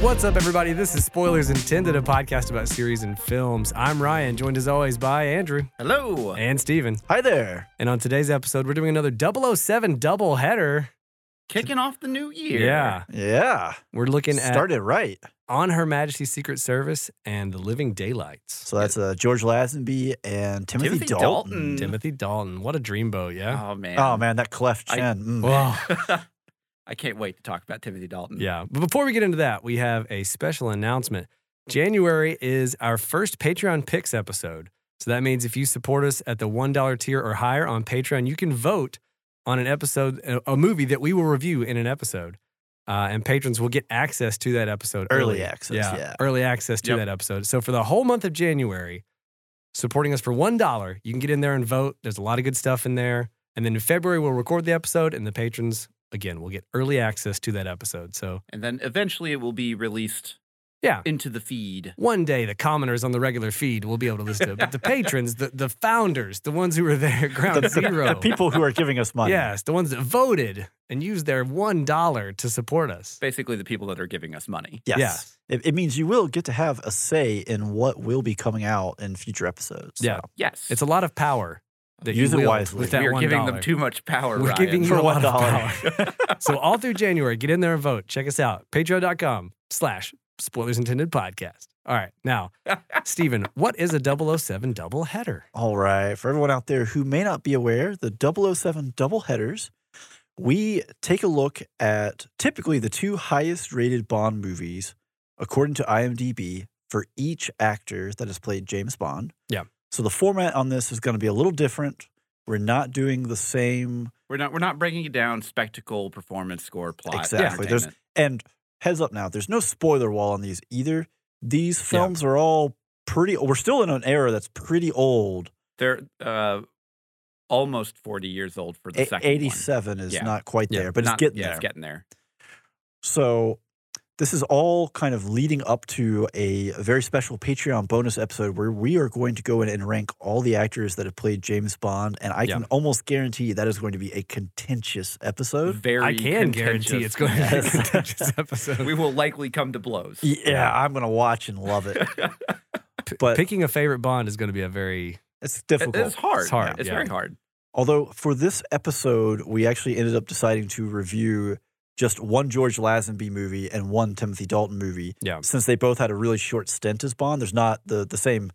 What's up, everybody? This is Spoilers Intended, a podcast about series and films. I'm Ryan, joined as always by Andrew Hello. and Steven. Hi there. And on today's episode, we're doing another 007 double oh header. Kicking off the new year. Yeah. Yeah. We're looking at Started right. On Her Majesty's Secret Service and The Living Daylights. So that's uh, George Lazenby and Timothy, Timothy Dalton. Dalton. Timothy Dalton. What a dreamboat, yeah? Oh man. Oh, man, that cleft I- chin. mm. Wow. I can't wait to talk about Timothy Dalton. Yeah. But before we get into that, we have a special announcement. January is our first Patreon Picks episode. So that means if you support us at the $1 tier or higher on Patreon, you can vote on an episode, a- a movie that we will review in an episode. Uh, and patrons will get access to that episode Early early. access, yeah. Early access to Yep. that episode. So for the whole month of January, supporting us for $1, you can get in there and vote. There's a lot of good stuff in there. And then in February, we'll record the episode, and the patrons, again, will get early access to that episode. So And then eventually it will be released Yeah. into the feed. one day the commoners on the regular feed will be able to listen to it. But the patrons, the, the founders, the ones who were there, ground The- zero. The people who are giving us money. Yes, the ones that voted and used their one dollar to support us. Basically the people that are giving us money. Yes. Yes. It, it means you will get to have a say in what will be coming out in future episodes. Yeah. Yes. It's a lot of power that Use you it wield wisely. with that we are one giving them dollar. too much power. We're Ryan. giving you For a lot of $1. power. so all through January, get in there and vote. Check us out. Patreon.com slash spoilers intended podcast. All right. Now, Steven, what is a 007 double header? All right. For everyone out there who may not be aware, the 007 double headers, we take a look at typically the two highest rated Bond movies, according to IMDb, for each actor that has played James Bond. Yeah. So the format on this is going to be a little different. We're not doing the same. We're not we're not breaking it down spectacle, performance, score, plot. Exactly. There's- entertainment. And heads up now, there's no spoiler wall on these either. These films are all pretty, we're still in an era that's pretty old. they're uh, almost forty years old for the A- second one. 87 is Yeah. not quite Yeah. there, but Not- it's getting yeah, there. It's getting there. So this is all kind of leading up to a very special Patreon bonus episode where we are going to go in and rank all the actors that have played James Bond. And I Yeah. can almost guarantee that is going to be a contentious episode. Very I can guarantee contentious. it's going to be a Yes. contentious episode. we will likely come to blows. Yeah, I'm going to watch and love it. P- But- picking a favorite Bond is going to be a very It's It- difficult. it's hard. It's hard, It's yeah. very hard. Although for this episode, we actually ended up deciding to review just one George Lazenby movie and one Timothy Dalton movie. Yeah. Since they both had a really short stint as Bond, there's not the, the same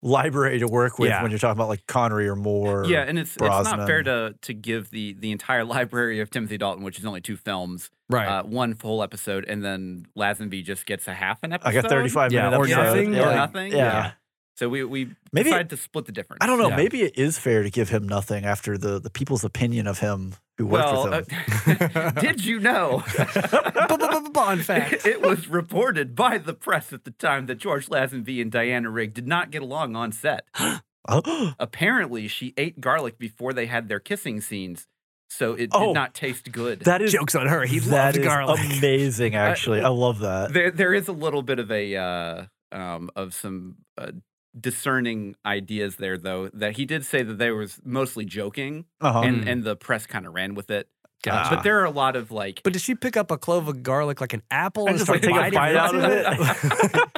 library to work with Yeah. when you're talking about like Connery or Moore. yeah, and it's it's not fair Brosnan. to to give the the entire library of Timothy Dalton, which is only two films, right. uh, one full episode, and then Lazenby just gets a half an episode. like a 35 Yeah, minute or episode. nothing, Yeah, or like- nothing, Yeah. yeah. So we we Maybe- decided to split the difference. I don't know. Yeah. Maybe it is fair to give him nothing after the, the people's opinion of him who worked Well, with him. uh, did you know? Bond fact. it was reported by the press at the time that George Lazenby and Diana Rigg did not get along on set. uh, Oh, Apparently, she ate garlic before they had their kissing scenes, so it Oh, did not taste good. that is Jokes on her. He that loved is garlic. amazing. Actually, I love that. there there is a little bit of a uh, um, of some uh, discerning ideas there though that he did say that they was mostly joking Uh-huh. and Mm. and the press kind of ran with it Gotcha. but there are a lot of like but did she pick up a clove of garlic like an apple and just, start like, take biting a bite out of it?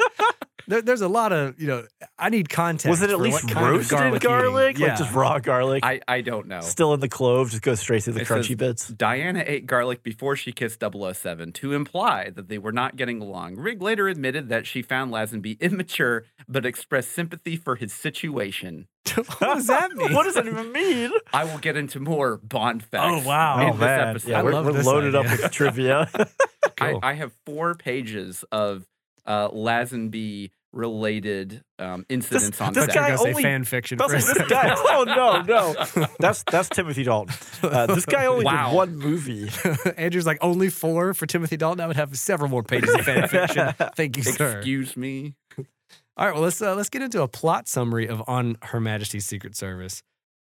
there, there's a lot of you know. I need context. Was it at for least what kind of roasted garlic? garlic? eating. Yeah. Like just raw garlic? I, I don't know Still in the clove, just goes straight through the It says- crunchy bits. Diana ate garlic before she kissed 007 to imply that they were not getting along. Rigg later admitted that she found Lazenby immature but expressed sympathy for his situation. what does that mean? what does that even mean? I will get into more Bond Oh facts. wow. in this episode. yeah, I we're, love we're this loaded idea. up with trivia. Cool. I, I have four pages of uh, Lazenby related um, incidents on this set. guy- I was gonna say only- fan fiction. That's for a like, this second. guy. Oh no, no, that's that's Timothy Dalton. Uh, this guy only Wow. did one movie. Andrew's like only four for Timothy Dalton. I would have several more pages of fan fiction. Thank you, sir. Excuse me. All right, well let's uh, let's get into a plot summary of On Her Majesty's Secret Service.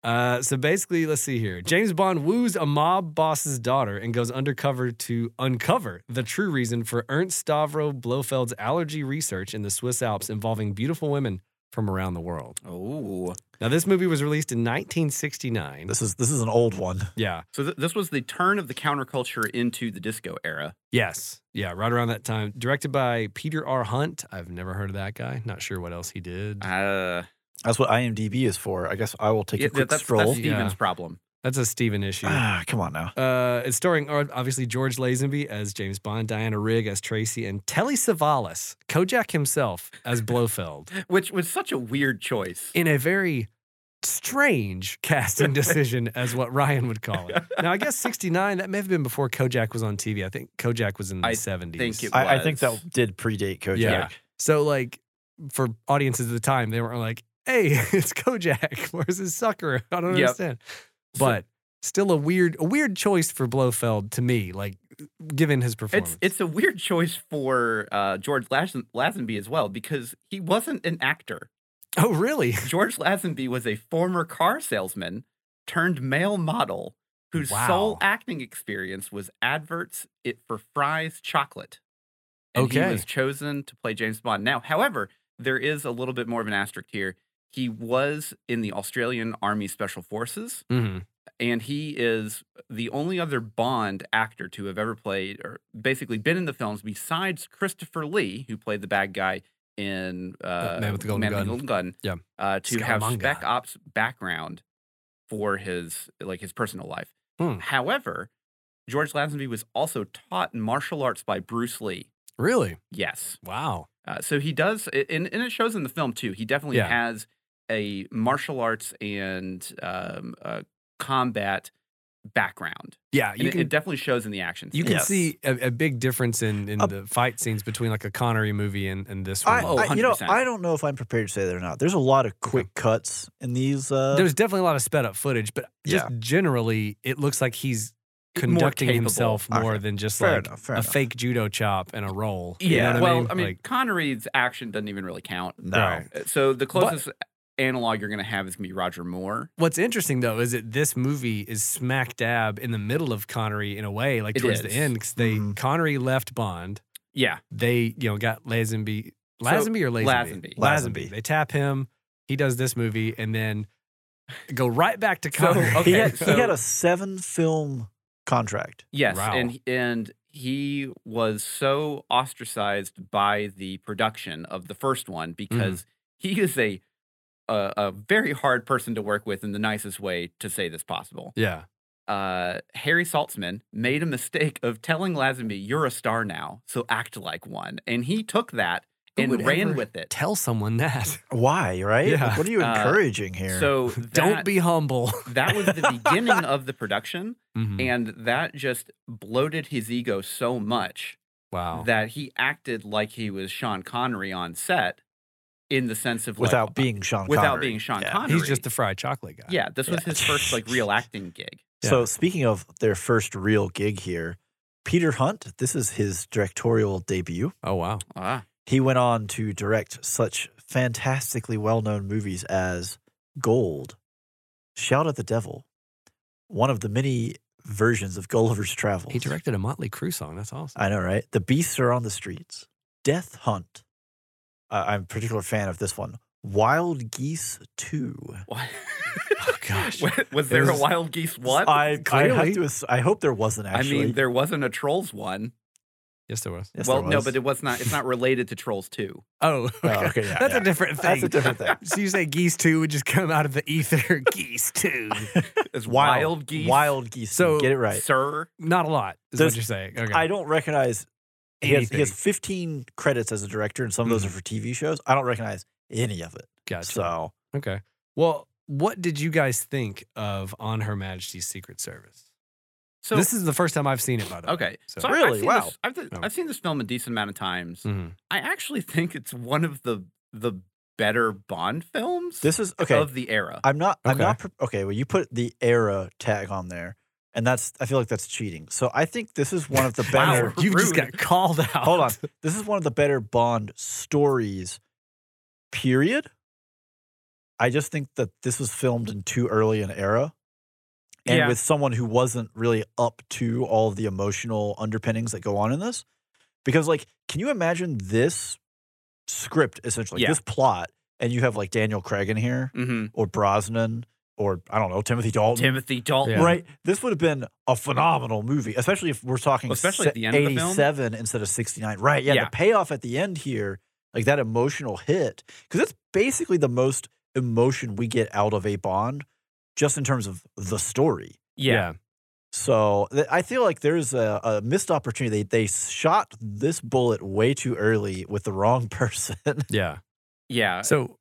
Uh, so basically, let's see here. James Bond woos a mob boss's daughter and goes undercover to uncover the true reason for Ernst Stavro Blofeld's allergy research in the Swiss Alps involving beautiful women from around the world. Oh, Now, this movie was released in 1969. This is this is an old one. yeah. So th- this was the turn of the counterculture into the disco era. Yes. Yeah. Right around that time. Directed by Peter R. Hunt. I've never heard of that guy. Not sure what else he did. Uh, That's what IMDb is for. I guess I will take yeah, a quick that's, stroll. that's Steven's Yeah. problem. That's a Steven issue. ah, come on now. Uh, it's starring uh, obviously George Lazenby as James Bond, Diana Rigg as Tracy, and Telly Savalas, Kojak himself, as Blofeld. which was such a weird choice. In a very strange casting decision, as what Ryan would call it. Now, I guess 69, that may have been before Kojak was on TV. I think Kojak was in the I 70s. think it I, I think was. that did predate Kojak. Yeah. So, like, for audiences at the time, they were like, hey, it's Kojak. Where's his sucker? I don't Yep. understand. So- But still a weird, a weird choice for Blofeld to me, like, given his performance. It's it's a weird choice for uh, George Lazen- Lazenby as well because he wasn't an actor. oh, really? George Lazenby was a former car salesman turned male model whose Wow. sole acting experience was adverts it for Fry's chocolate. And Okay. he was chosen to play James Bond. Now, however, there is a little bit more of an asterisk here. He was in the Australian Army Special Forces. hmm and he is the only other Bond actor to have ever played or basically been in the films besides Christopher Lee, who played the bad guy in uh, Man with the Golden Gun. Gun, Yeah. uh, to have Scaramanga. Spec Ops background for his like his personal life. Hmm. However, George Lazenby was also taught martial arts by Bruce Lee. Really? Yes. Wow. Uh, so he does, a- and, and it shows in the film too. He definitely Yeah. has a martial arts and um, uh, combat background. Yeah, And Uh, you it, can it definitely shows in the actions. you can Yes. see a, a big difference in, in Uh, the fight scenes between like a Connery movie and, and this I, one. Oh, I- you know, 100%. I don't know if I'm prepared to say that or not. There's a lot of quick cuts in these. Uh, There's definitely a lot of sped up footage, but just generally, it looks like he's More conducting capable. himself more Okay. than just fair like enough. a Fair enough. fake judo chop and a roll. You know yeah. what I well, mean? I mean, Like, Connery's action doesn't even really count. No. Right. Uh, So the But- closest analog you're going to have is going to be Roger Moore. what's interesting though is that this movie is smack dab in the middle of Connery in a way, like It towards the is. end, because they Mhm. Connery left Bond. Yeah. they you know got Lazenby, So, Lazenby or Lazenby? Lazenby. Lazenby. They tap him. He does this movie and then go right back to So, Connery. He Oh, okay, had, so- he had a seven film contract. Yes, Wow. and and he was so ostracized by the production of the first one Mm-hmm. because he is a, a a very hard person to work with in the nicest way to say this possible. yeah. Uh, Harry Saltzman made a mistake of telling Lazenby, "You're a star now, so act like one," and he took that Who and would ran ever with it. Tell someone that. Why, right? Yeah. Like, what are you Uh, encouraging here? So that, Don't be humble. That was the beginning of the production, Mhm. and that just bloated his ego so much wow. that he acted like he was Sean Connery on set in the sense of like, uh, without being Sean without Connery. being Sean Yeah. Connery. He's just a fried chocolate guy. yeah, this was Yeah. his first like real acting gig. So speaking of their first real gig here, Peter Hunt, this is his directorial debut. Oh wow. Ah, He went on to direct such fantastically well-known movies as Gold, Shout at the Devil, one of the many versions of Gulliver's Travels. He directed a Motley Crue song. That's awesome. I know, right? The Beasts Are on the Streets, Death Hunt. Uh, I'm a particular fan of this one. Wild Geese 2. what? Oh, gosh. was, was there a was- Wild Geese one? I, I, I, Clearly. have to, ass- I hope there wasn't actually. mean, there wasn't a Trolls one. yes, there was. Yes, well, there no, was. but it was not. It's not related to Trolls two. Oh, okay. Oh, okay, yeah, That's yeah. a different thing. That's a different thing. so you say geese two would just come out of the ether. geese two. It's Wild, Geese. Wild Geese. So- So get it right. Sir. Not a lot. Is Does- what you're saying. Okay. I don't recognize. He has, he has Anything. Mm-hmm. 15 credits as a director, and some of those are for TV shows. I don't recognize any of it. Gotcha. So Okay. Well, what did you guys think of On Her Majesty's Secret Service? So this is the first time I've seen it, by the way. okay. So, So, I- Really? I've seen Wow. This, I've, No. I've seen this film a decent amount of times. Mhm. I actually think it's one of the the better Bond films this is okay. of the era. I'm not. I'm Okay. not. pre- Okay. Well, you put the era tag on there, and that's. I feel like that's cheating. So I think this is one of the Wow. better. you just Rude. got called out. Hold on. This is one of the better Bond stories. Period. I just think that this was filmed in too early an era. And Yeah. with someone who wasn't really up to all of the emotional underpinnings that go on in this. Because, like, can you imagine this script essentially, Yeah. this plot and you have like Daniel Craig in here hmm or Brosnan or I don't know Timothy Dalton. Timothy Dalton. Yeah. Right, this would have been a phenomenal movie, especially if we're talking Especially se- at the end of the film. eighty-seven instead of sixty-nine. Right, yeah, Yeah. the payoff at the end here, like that emotional hit, because that's basically the most emotion we get out of a Bond, just in terms of the story. yeah. So th- I feel like there's a, a missed opportunity. They, they shot this bullet way too early with the wrong person Yeah. Yeah. So Uh, Go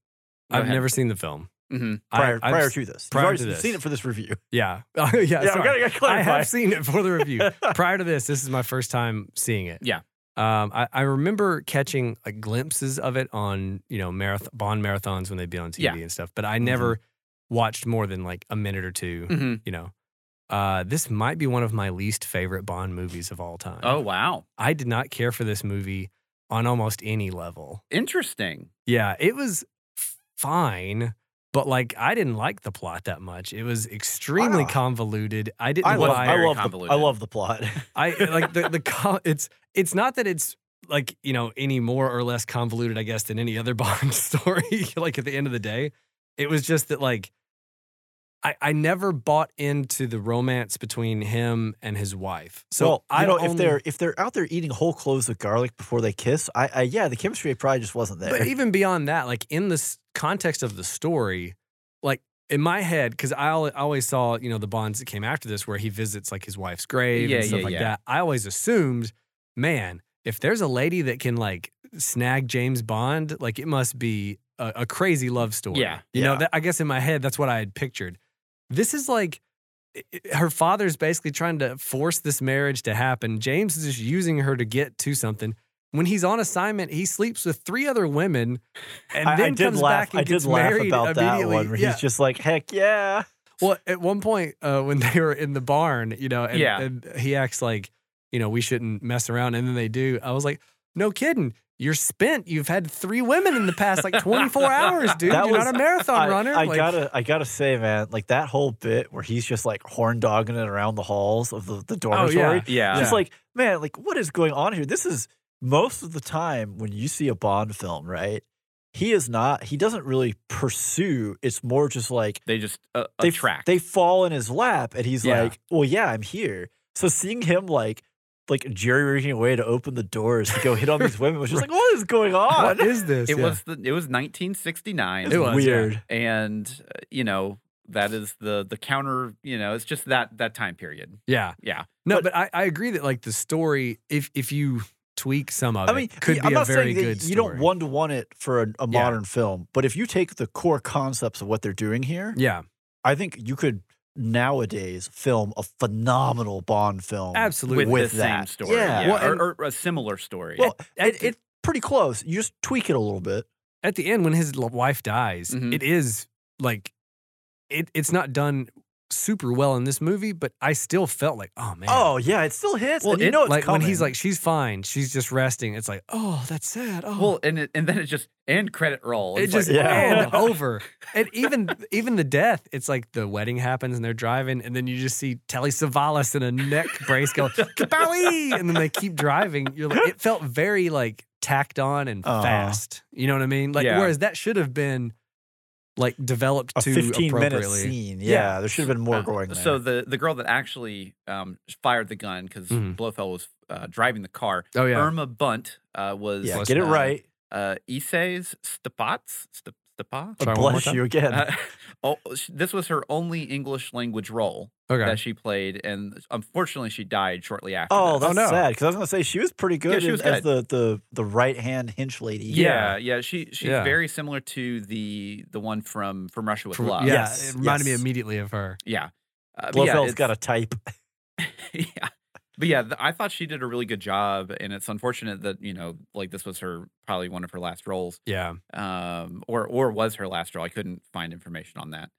I've ahead. never seen the film. Mhm. I- prior, I've prior s- to this. You've prior already to this. seen it for this review. Yeah. yeah. yeah, sorry. we gotta, gotta I clarify. have seen it for the review. Prior to this, this is my first time seeing it. Yeah. Um, I, I remember catching like glimpses of it on, you know, marath- Bond marathons when they'd be on TV Yeah. and stuff, but I never watched more than like a minute or 2 Mhm. you know. Uh, this might be one of my least favorite Bond movies of all time. Oh wow. I did not care for this movie on almost any level. Interesting. Yeah, it was fine, but like I didn't like the plot that much. It was extremely Ah. convoluted. I didn't I love, buy I Very love, the, I convoluted. love the plot. I like the the co- it's it's not that it's like you know any more or less convoluted I guess than any other Bond story. like at the end of the day, it was just that like I I never bought into the romance between him and his wife. So well, I you know, don't if only- they're if they're out there eating whole cloves of garlic before they kiss, I, I yeah, the chemistry probably just wasn't there. But even beyond that, like in this context of the story, like in my head, because I al- I always saw, you know, the bonds that came after this where he visits like his wife's grave Yeah, and stuff yeah, like yeah. that. I always assumed, man, if there's a lady that can like snag James Bond, like it must be a, a crazy love story. Yeah, You know, yeah. that, I guess in my head, that's what I had pictured. This is like, i- i- her father's basically trying to force this marriage to happen. James is just using her to get to something when he's on assignment, he sleeps with three other women, and I, I then did comes back laugh. and I did gets laugh married about that immediately. one where yeah. he's just like, heck yeah. well, at one point uh, when they were in the barn, you know, and, Yeah. and he acts like, you know, we shouldn't mess around, and then they do. I was like, no kidding. You're spent. You've had three women in the past like 24 hours, dude. That You're was- not a marathon I, runner. I Like, gotta, I gotta say, man, like that whole bit where he's just like horn dogging it around the halls of the, the Oh, dormitory. Yeah. Just like, man, like what is going on here? This is most of the time when you see a Bond film, right? He is not. He doesn't really pursue. It's more just like They just uh, they attract. They fall in his lap, and he's Yeah. like, "Well, yeah, I'm here." So seeing him like, like jerry rigging a way to open the doors to go hit on these women was just like, "What is going on?" what is this? it Yeah. was the it was 1969 It was, yeah. weird. and uh, you know that is the the counter, you know, it's just that that time period. yeah, Yeah. No, But- but, I, I agree that like the story, if if you tweak some of I it, mean, could yeah, be I'm a not very saying that good. you don't story. one to one it for a, a Yeah. modern film, but if you take the core concepts of what they're doing here, Yeah, I think you could nowadays film a phenomenal Bond film. absolutely. With the same that. story. Yeah. Well, and- or, or a similar story. Well, At it, the- it's pretty close. You just tweak it a little bit. at the end when his l- wife dies, Mm-hmm. Mhm. it is like it it's not done super well in this movie, but I still felt like, oh man. Oh yeah, it still hits. Well, and you it- know it's like coming. when he's like, she's fine, she's just resting. It's like, oh, that's sad. Oh, well and it, and then it just end credit roll. it It's like, just Yeah. and over. And even even the death, it's like the wedding happens and they're driving, and then you just see Telly Savalas in a neck brace go "Kabowie!" and then they keep driving. You're like, it felt very like tacked on and Uh-huh. fast. You know what I mean? Like Yeah. whereas that should have been like developed a to 15 minute appropriately. scene. Yeah, Yeah. there should have been more uh, going there. So the the girl that actually um, fired the gun because Mhm. Blofeld was uh, driving the car. Oh yeah, Irma Bunt uh, was yeah, Bless get it uh, right. Uh, Issei's Stapats Step- Stepa. Sorry, one more Bless time? you again. Uh, oh, sh- this was her only English language role okay. that she played, and unfortunately, she died shortly after. oh, that. that's no. sad because I was gonna say she was pretty good, she in- was as the the the right hand hinch lady. yeah, yeah. She she's Yeah. very similar to the the one from from Russia with From- Love. yeah, Yes, it reminded yes. me immediately of her. yeah. Uh, but yeah, Blofeld's it's- got a type. yeah. But yeah, th- I thought she did a really good job, and it's unfortunate that you know, like this was her probably one of her last roles, Yeah, um, or or was her last role. I couldn't find information on that.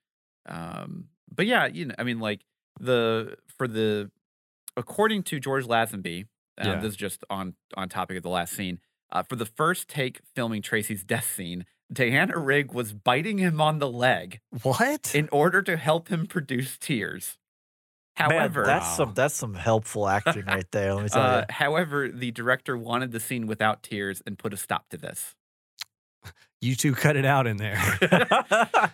Um, but yeah, you know, I mean, like the for the according to George Lazenby, um, Yeah. this is just on on topic of the last scene. Uh, for the first take filming Tracy's death scene, Diana Rigg was biting him on the leg what? in order to help him produce tears. However, Man, that's Wow. some that's some helpful acting right there. Let me tell Uh, however, the director wanted the scene without tears and put a stop to this. you two cut it out in there. Too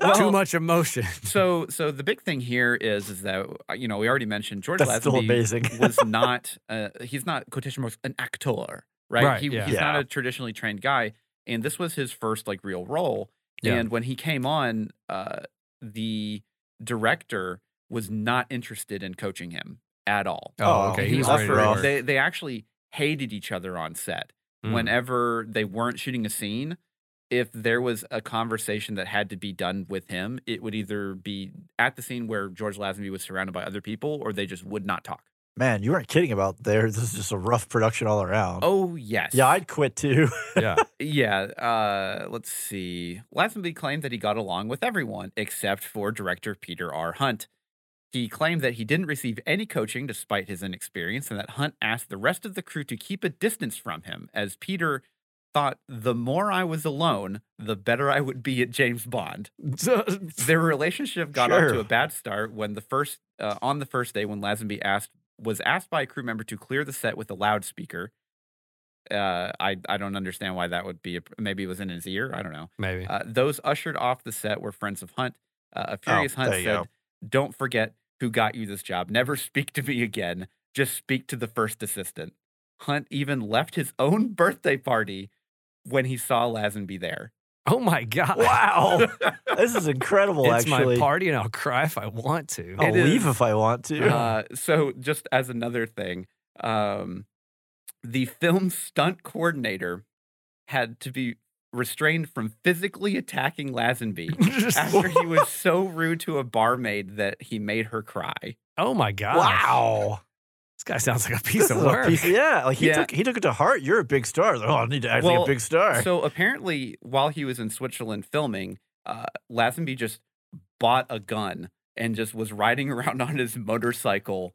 Well- much emotion. So, so the big thing here is, is that uh, you know we already mentioned George That's still Lazenby amazing. was not uh, he's not quotation marks an actor, right? Right, he, yeah. He's not Yeah. a traditionally trained guy, and this was his first like real role. Yeah. And when he came on, uh, the director was not interested in coaching him at all. Oh, Oh, okay. He he was ready to offered- work. they they actually hated each other on set Mm. whenever they weren't shooting a scene, if there was a conversation that had to be done with him, it would either be at the scene where George Lazenby was surrounded by other people or they just would not talk. Man, you weren't kidding about there. This is just a rough production all around. Oh, yes. yeah, I'd quit too. Yeah. Yeah. Uh, let's see. Lazenby claimed that he got along with everyone except for director Peter R. Hunt. He claimed that he didn't receive any coaching despite his inexperience and that Hunt asked the rest of the crew to keep a distance from him, as Peter thought the more I was alone, the better I would be at James Bond. Their relationship got off to Sure. a bad start when the first uh, on the first day when Lazenby asked was asked by a crew member to clear the set with a loudspeaker. Uh, I I don't understand why that would be. A, maybe it was in his ear. I don't know. Maybe. Uh, those ushered off the set were friends of Hunt. Uh, a Oh, furious Hunt there you said, go. "Don't forget who got you this job. Never speak to me again. Just speak to the first assistant." Hunt even left his own birthday party when he saw Lazenby there. oh my God. Wow. this is incredible, it's actually. Oh. my party and I'll cry if I want to. I'll It leave is. if I want to. Uh, so, just as another thing, um, the film stunt coordinator had to be restrained from physically attacking Lazenby after he was so rude to a barmaid that he made her cry. oh my God. wow. This guy sounds like a This piece is of a work. piece- yeah, like he Yeah. took he took it to heart. You're a big star. Oh, I need to act like Well, a big star. So, apparently, while he was in Switzerland filming, uh, Lazenby just bought a gun and just was riding around on his motorcycle,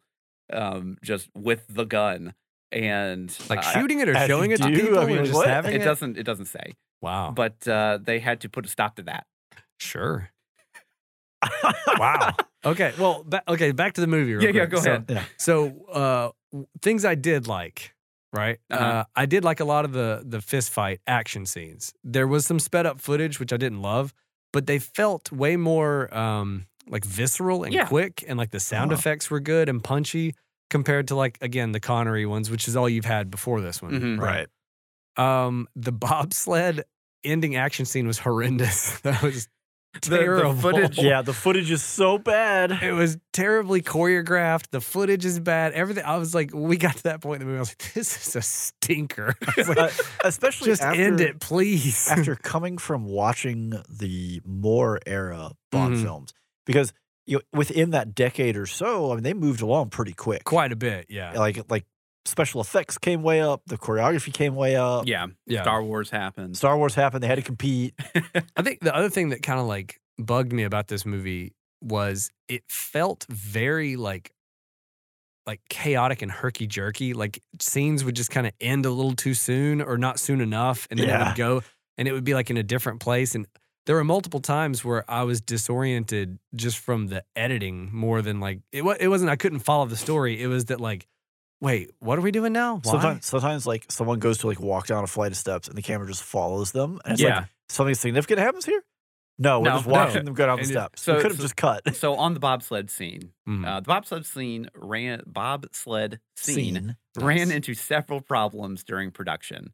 um, just with the gun. And like uh, shooting it or as showing you it to do, people I mean, or just what? having it it. doesn't it doesn't say. wow. but uh, they had to put a stop to that. Sure. Wow. okay. Well. Ba- okay. Back to the movie. Real Yeah, yeah, quick. go So- ahead. Yeah. So, uh, w- things I did like. Right. uh Uh-huh. I did like a lot of the the fist fight action scenes. There was some sped up footage which I didn't love, but they felt way more um, like visceral and Yeah. quick, and like the sound Uh-huh. effects were good and punchy compared to like again the Connery ones, which is all you've had before this one. Mhm. right. Um, the bobsled ending action scene was horrendous. that was the terrible. footage- Yeah, the footage is so bad. It was terribly choreographed. The footage is bad. Everything. I was like, when we got to that point in the movie. I was like, this is a stinker. I was like, Uh, especially just after, end it, please. after coming from watching the Moore era Bond Mhm. films, because you know, within that decade or so, I mean, they moved along pretty quick. Quite a bit. Yeah. Like like special effects came way up, the choreography came way up. Yeah, Yeah. Star Wars happened. Star Wars happened. They had to compete. I think the other thing that kind of like bugged me about this movie was it felt very like like chaotic and herky jerky. Like scenes would just kind of end a little too soon or not soon enough, and then it Yeah. would go and it would be like in a different place. And there were multiple times where I was disoriented just from the editing more than like it. wa- It wasn't I couldn't follow the story. It was that like, wait, what are we doing now? Why? Sometimes, sometimes like someone goes to like walk down a flight of steps and the camera just follows them. And it's like something significant happens here. No, we're No, just watching no. them go down the And it- steps. so- we could have so- just cut so on the bobsled scene, Mm. uh, the bobsled scene ran bobsled scene Nice. ran into several problems during production.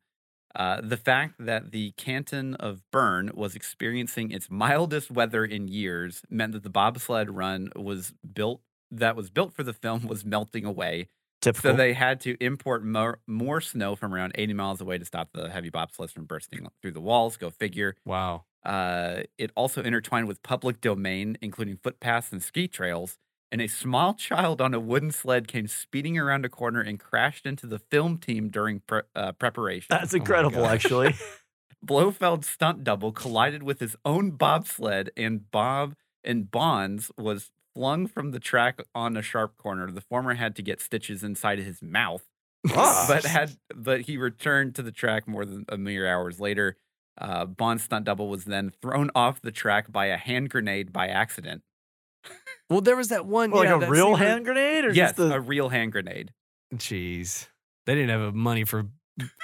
Uh, the fact that the canton of Bern was experiencing its mildest weather in years meant that the bobsled run was built that was built for the film was melting away, Typical. So they had to import more, more snow from around 80 miles away to stop the heavy bobsleds from bursting through the walls. Go figure. Wow. Uh, it also intertwined with public domain, including footpaths and ski trails. And a small child on a wooden sled came speeding around a corner and crashed into the film team during pre- uh, preparation. That's my incredible, gosh. actually. Blofeld's stunt double collided with his own bobsled, and Bob and Bonds was flung from the track on a sharp corner. The former had to get stitches inside his mouth Ah. but had but he returned to the track more than a mere hours later. Uh, Bond's stunt double was then thrown off the track by a hand grenade by accident. Well, there was that one Well, yeah, like a that real scene where- hand grenade, or Yes, just the a real hand grenade. Jeez. They didn't have money for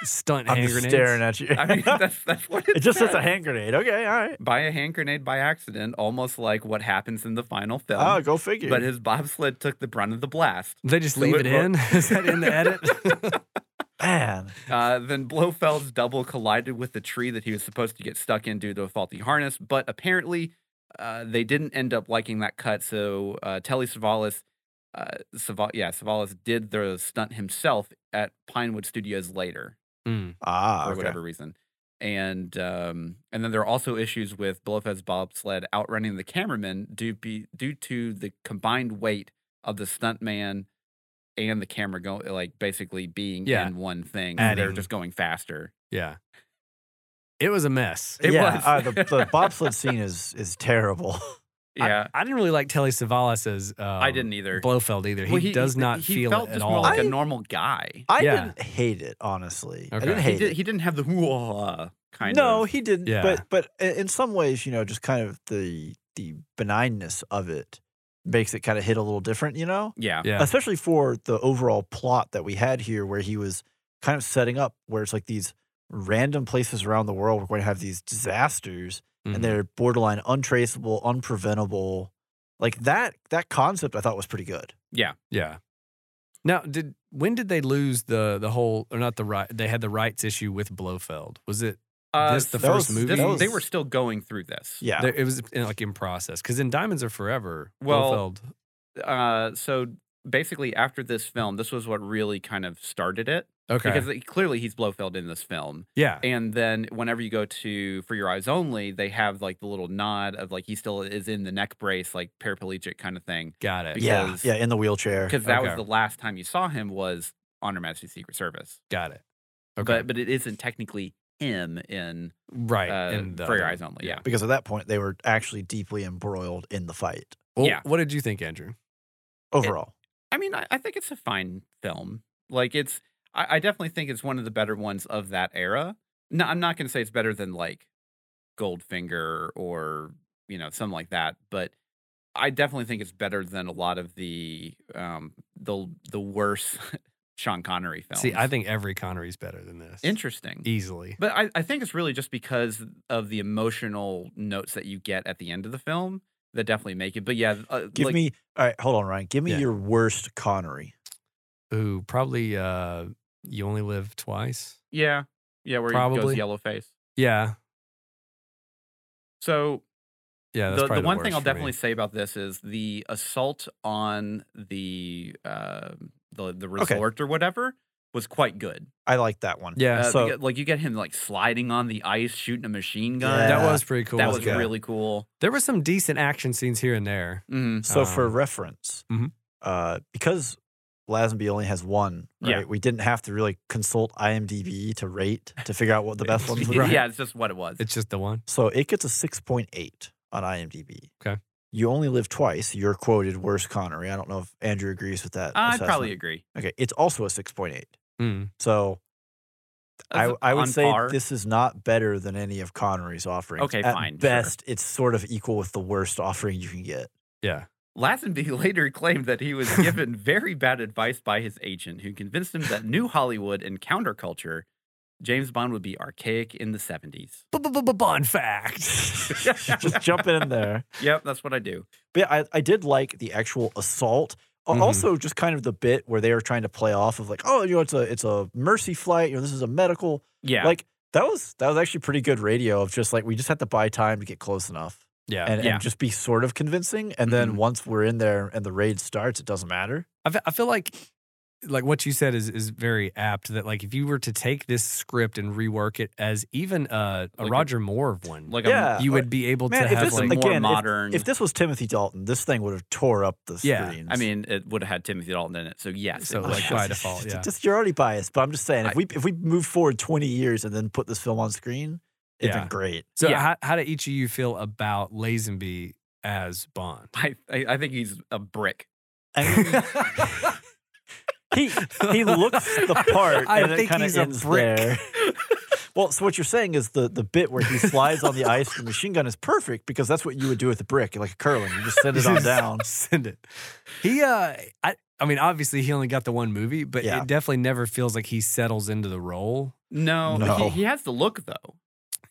stunt I'm hand just grenades. staring at you. I mean, that's that's what it just says says. a hand grenade. Okay, all right. By a hand grenade by accident, almost like what happens in the final film. Ah, go figure. Um, but his bobsled took the brunt of the blast. They just So leave it it in. Is that in the edit? man, Uh, then Blofeld's double collided with the tree that he was supposed to get stuck in due to a faulty harness, but apparently uh, they didn't end up liking that cut. So uh, Telly Savalas, uh, Sava- yeah, Savalas did the stunt himself at Pinewood Studios later Mm. ah, for okay. whatever reason. And um, and then there are also issues with Blofeld's bobsled outrunning the cameraman due be, due to the combined weight of the stuntman and the camera going like basically being Yeah. in one thing. So They're Adding. just going faster. Yeah. It was a mess. It yeah, was. uh, the, the bobsled scene is is terrible. I- Yeah, I, didn't really like Telly Savalas as um, I, didn't either. Blofeld either. He, Well, does not he feel felt it at just more all. like a I- normal guy. I Yeah. didn't hate it, honestly. I Okay. didn't He He, hate did, it. he didn't have the whoa kind of. no, he didn't. Yeah. But but i- in some ways, you know, just kind of the the benignness of it makes it kind of hit a little different, you know. yeah, yeah. especially for the overall plot that we had here, where he was kind of setting up where it's like these random places around the world we're going to have these disasters Mhm. and Mm-hmm. they're borderline untraceable, unpreventable. Like that that concept I thought was pretty good. yeah. Yeah. Now, did when did they lose the the whole or not the right? They had the rights issue with Blofeld. Was it? Uh, This the so first movie? this- they That were was- still going through this. Yeah. there- it was in, like in process because in Diamonds Are Forever, Well, Blofeld. Uh, so basically, after this film, this was what really kind of started it Okay. because like, clearly he's Blofeld in this film. yeah. And then whenever you go to For Your Eyes Only, they have like the little nod of like he still is in the neck brace, like paraplegic kind of thing. Got it. yeah. because- Yeah. In the wheelchair. Because that Okay. was the last time you saw him was on Her Majesty's Secret Service. Got it. Okay. But but it isn't technically him in right. uh, in the For Your other- Eyes Only. Yeah. Because at that point they were actually deeply embroiled in the fight Well, Yeah. What did you think, Andrew? overall. I mean, I, I think it's a fine film. Like it's, I, I definitely think it's one of the better ones of that era. No, I'm not going to say it's better than like Goldfinger or you know something like that, but I definitely think it's better than a lot of the um the the worse Sean Connery films. See, I think e every Connery's better than this. interesting. Easily. But I, I think it's really just because of the emotional notes that you get at the end of the film that definitely make it. But yeah, uh, Give like, me all right, hold on, Ryan. Give me Yeah. your worst Connery. Ooh, probably. Uh, you only live twice. yeah, yeah, where he Probably. goes yellow face. Yeah. So Yeah. That's the, the probably one thing worst I'll for me. definitely say about this is the assault on the uh, the the Okay. resort or whatever was quite good. I like that one. Yeah. Uh, so- because, like you get him like sliding on the ice, shooting a machine gun. Yeah. that was pretty cool. that was was, good. really cool. There were some decent action scenes here and there. hmm So for Um, reference, mm-hmm. mhm. uh, because Lazenby only has one, right? Yeah. We didn't have to really consult IMDb to rate to figure out what the best ones would Right. be. Yeah, it's just what it was. It's just the one. So it gets a six point eight on IMDb. Okay. You only live twice. You're quoted worst Connery. I don't know if Andrew agrees with that. I'd assessment. probably agree. Okay. It's also a six point eight. Mm. So I, That's I would on say par. this is not better than any of Connery's offerings. Okay, At fine, sure. Best, it's sort of equal with the worst offering you can get. Yeah. Lazenby later claimed that he was given very bad advice by his agent, who convinced him that New Hollywood and counterculture, James Bond would be archaic in the 70s. Bond fact. Just jump in there. Yep, that's what I do. But yeah, I, I did like the actual assault. A- Mm-hmm. Mhm. Also, just kind of the bit where they are trying to play off of like, oh, you know, it's a it's a mercy flight. You know, this is a medical. Yeah. Like that was that was actually pretty good radio of just like we just had to buy time to get close enough Yeah. and, Yeah. and just be sort of convincing. And then Mhm. once we're in there and the raid starts, it doesn't matter. I fe- I feel like like what you said is is very apt that like if you were to take this script and rework it as even uh, a, a Like a- Roger Moore one, like yeah. you would be able Uh, Man, to if have this is like more again, modern. If this was Timothy Dalton, this thing would have tore up the Yeah, I screens. Mm-hmm. I mean, it would have had Timothy Dalton in it. So yes, So, it like, would have. by default, yeah. Just you're already biased, but I'm just saying if I- we if we move forward 20 years and then put this film on screen, it'd Yeah. been great. so yeah. how how do each of you feel about Lazenby as Bond? I, I, I think he's a brick. I mean, He he looks the part. I and it think kinda he's a ends brick. there. well, so what you're saying is the the bit where he slides on the ice with the machine gun is perfect because that's what you would do with a brick, like a curling. You just send it on down. Send it. He uh I I mean, obviously he only got the one movie, but Yeah. it definitely never feels like he settles into the role. No, No. He, he has the look though.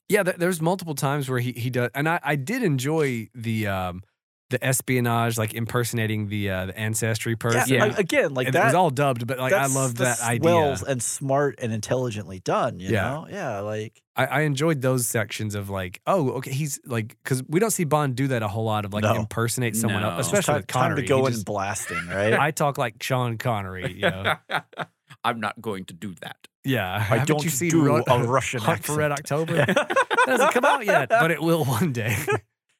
Yeah, there, there's multiple times where he he does, and I, I did enjoy the um the espionage, like impersonating the uh, the ancestry person. yeah. a- again, like And that. it was all dubbed, but like I that's- loved that's that idea. Well and smart and intelligently done. You Yeah. know, yeah, like I, I enjoyed those sections of like, oh, okay, he's like, because we don't see Bond do that a whole lot of like No. impersonate someone No. else, It's especially time, with Connery. time to He go in just- blasting, right? I talk like Sean Connery. You know? I'm not going to do that. yeah, I Haven't don't you seen do Ru- a Russian Hunt for Red accent. October? it hasn't come out yet, but it will one day.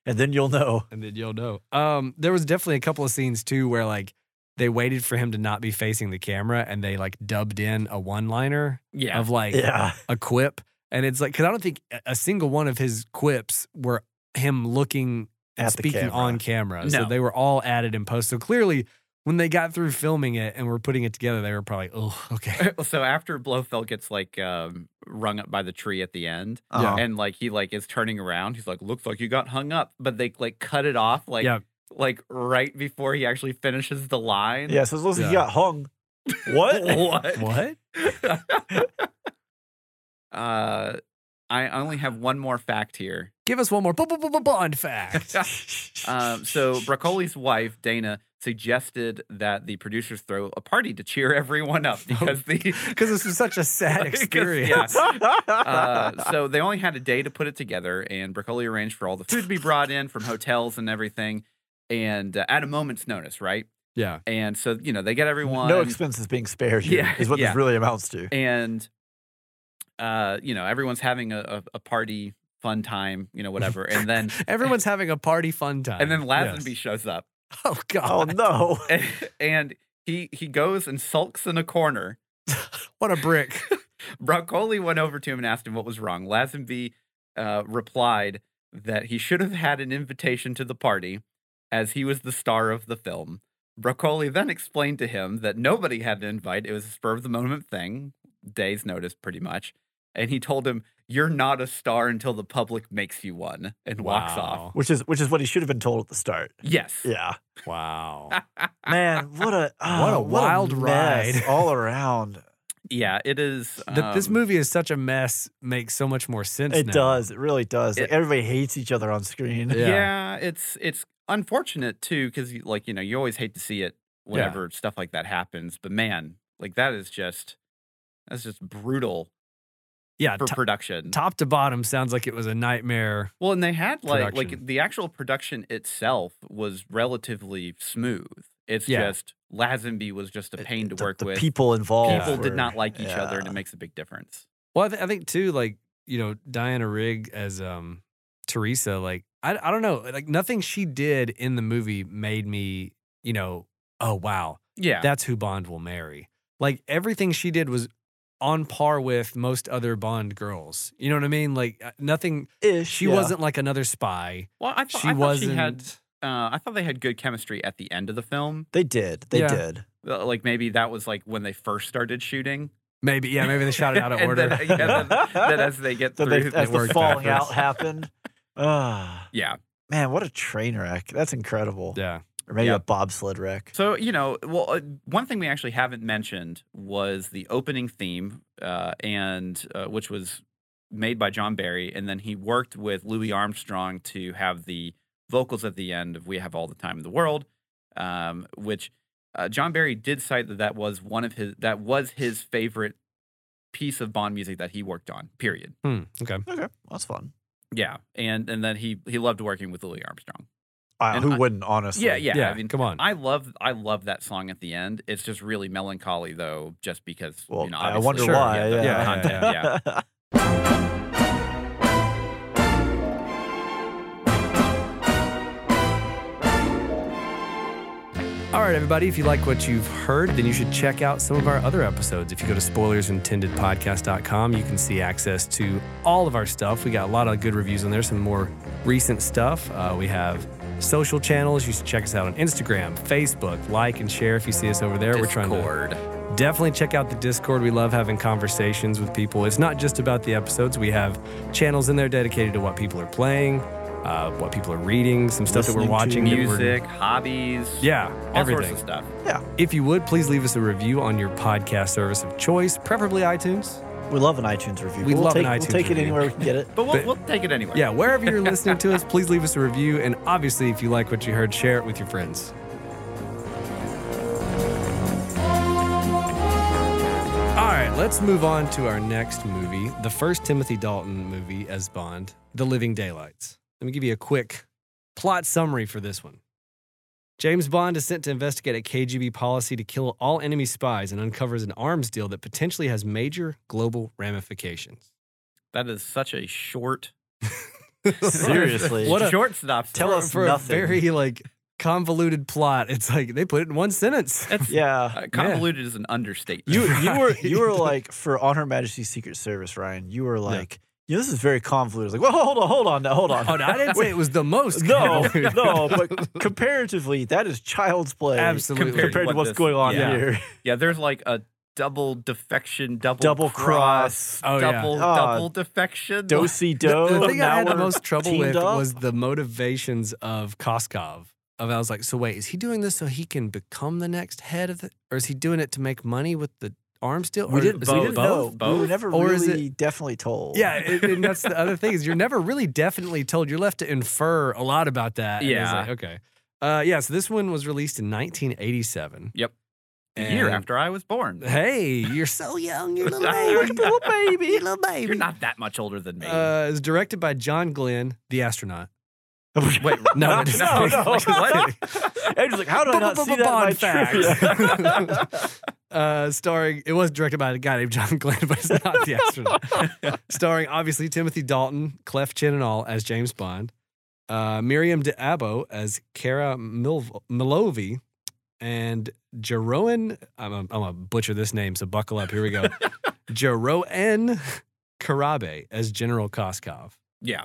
and then you'll know. and then you'll know. Um, there was definitely a couple of scenes too where like they waited for him to not be facing the camera and they like dubbed in a one liner Yeah. of like Yeah, a quip. And it's like, because I don't think a- a single one of his quips were him looking and At the speaking camera. on camera. So No. they were all added in post. So clearly, when they got through filming it and were putting it together, they were probably, oh, okay. so after Blofeld gets like um, rung up by the tree at the end, Uh-huh. and like he like is turning around, he's like, "Looks like you got hung up," but they like cut it off like Yeah. like right before he actually finishes the line. yeah. So it looks like you Yeah. got hung. What? what? what? uh, I only have one more fact here. Give us one more bu- bu- bu- bu- Bond fact. Um, so Broccoli's wife Dana suggested that the producers throw a party to cheer everyone up because the Because this was such a sad 'Cause, yeah. experience. uh, so they only had a day to put it together, and Broccoli arranged for all the food to be brought in from hotels and everything, and uh, at a moment's notice, right? Yeah. And so you know they get everyone. no expenses being spared. Here, Yeah, is what yeah. this really amounts to. and uh, you know everyone's having a, a, a party, fun time, you know whatever, and then Everyone's having a party fun time. and then Lazenby Yes. shows up, Oh, God. Oh no! and he he goes and sulks in a corner. What a brick. Broccoli went over to him and asked him what was wrong. Lazenby uh, replied that he should have had an invitation to the party, as he was the star of the film. Broccoli then explained to him that nobody had an invite; it was a spur of the moment thing, day's notice, pretty much. And he told him, "You're not a star until the public makes you one," and walks off. Which is which is what he should have been told at the start. Yes. Yeah, Wow. man, what a oh, a wild mess ride. all around. Yeah, it is. That this um, movie is such a mess makes so much more sense It now. does. It really does. Like, It- everybody hates each other on screen. Yeah. Yeah. it's it's unfortunate too because like you know you always hate to see it whenever stuff like that happens. But man, like that is just that's just brutal Yeah, for to- production. top to bottom sounds like it was a nightmare. well, and they had like Production. like the actual production itself was relatively smooth. It's Yeah. just Lazenby was just a pain to The- work the with. people involved. People did were- not like each other, and yeah. it makes a big difference. Well, I, th- I think too, like you know, Diana Rigg as um Teresa, like I, I don't know, like nothing she did in the movie made me, you know, oh wow, Yeah, that's who Bond will marry. Like everything she did was on par with most other Bond girls. You know what I mean? Like uh, nothing. Ish, She yeah. wasn't like another spy. well, I, thought She I thought wasn't. she had. Uh, I thought they had good chemistry at the end of the film. They did. They Yeah. did. Uh, Like maybe that was like when they first started shooting. Maybe yeah, maybe they shot it out of And order. Then, uh, yeah, then, then as they get So through, they, as the worked falling backwards. out happened. Ah, yeah. man, what a train wreck. That's incredible. yeah. Or maybe Yeah. a bobsled wreck. So you know, well, uh, one thing we actually haven't mentioned was the opening theme, uh, and uh, which was made by John Barry, and then he worked with Louis Armstrong to have the vocals at the end of "We Have All the Time in the World," um, which uh, John Barry did cite that that was one of his that was his favorite piece of Bond music that he worked on. Period. Hmm, okay. Okay, that's fun. Yeah, and and then he he loved working with Louis Armstrong. Uh, And who I- wouldn't, honestly? Yeah, yeah. Yeah. I mean, come on. I love I love that song at the end. It's just really melancholy though, just because Well, you know, I obviously- wonder Sure, why. yeah, Yeah, the- yeah, the content, yeah. All right, everybody, if you like what you've heard, then you should check out some of our other episodes. If you go to spoilersintendedpodcast.com, you can see access to all of our stuff. We got a lot of good reviews on there, some more recent stuff. Uh, we have social channels. You should check us out on Instagram, Facebook, like and share if you see us over there. We're trying to Discord. Definitely check out the Discord. We love having conversations with people. It's not just about the episodes, we have channels in there dedicated to what people are playing. uh, what people are reading, some stuff that Listening we're to. watching, that we're- Music, hobbies, yeah, all everything. sorts of stuff. If you would, please leave us a review on your podcast service of choice, preferably iTunes. We love an iTunes review. We will love an take, iTunes We'll take it review. anywhere we can get it. But we'll, But- we'll take it anyway. Yeah, wherever you're listening to us, please leave us a review. And obviously, if you like what you heard, share it with your friends. All right, let's move on to our next movie, the first Timothy Dalton movie as Bond, The Living Daylights. Let me give you a quick plot summary for this one. James Bond is sent to investigate a KGB policy to kill all enemy spies and uncovers an arms deal that potentially has major global ramifications. That is such a short, Seriously. What a- short synopsis. Tell for, us for nothing. a very like convoluted plot. It's like they put it in one sentence. That's, Yeah. uh, convoluted is an understatement. You you were you were Right. like for on Her Majesty's Secret Service, Ryan. You were Yeah. like, you know, this is very convoluted. It's Like, well, hold on, hold on, now, hold on. Oh, no, I didn't say it was the most. no, convoluted. no, but comparatively, that is child's play. absolutely. Compared Compared to What what's this- going on yeah. here, yeah, there's like a double defection, double double cross, cross, Oh yeah. double Ah, double defection. do si do. The, the thing now I had the we're most trouble teamed with up. was the motivations of Koskov. Of I was like, so wait, is he doing this so he can become the next head of the, or is he doing it to make money with the arms deal? we Or didn't, is we it didn't both? know. We were Both? never Or is really definitely told. Yeah, and- and that's the other thing is you're never really definitely told. You're left to infer a lot about that. And it's Yeah. like, okay. Uh, yeah. So this one was released in 1987. Yep. a year And- after I was born. Hey, you're so young. You're a little You're baby. little baby. You're a little baby. You're not that much older than me. Uh, it's directed by John Glenn, the astronaut. Wait, No, it is no, not. no. Just kidding. Andrew's like, how did I not see that in my Bond trivia? facts. Uh, starring, it was directed by a guy named John Glenn, but it's not the astronaut. starring, obviously, Timothy Dalton, Clef Chin and all as James Bond, uh, Miriam D'Abo as Kara Milv- Milovi, and Jeroen, I'm, I'm going to butcher this name, so buckle up. Here we go. Jeroen Karabe as General Koskov. yeah.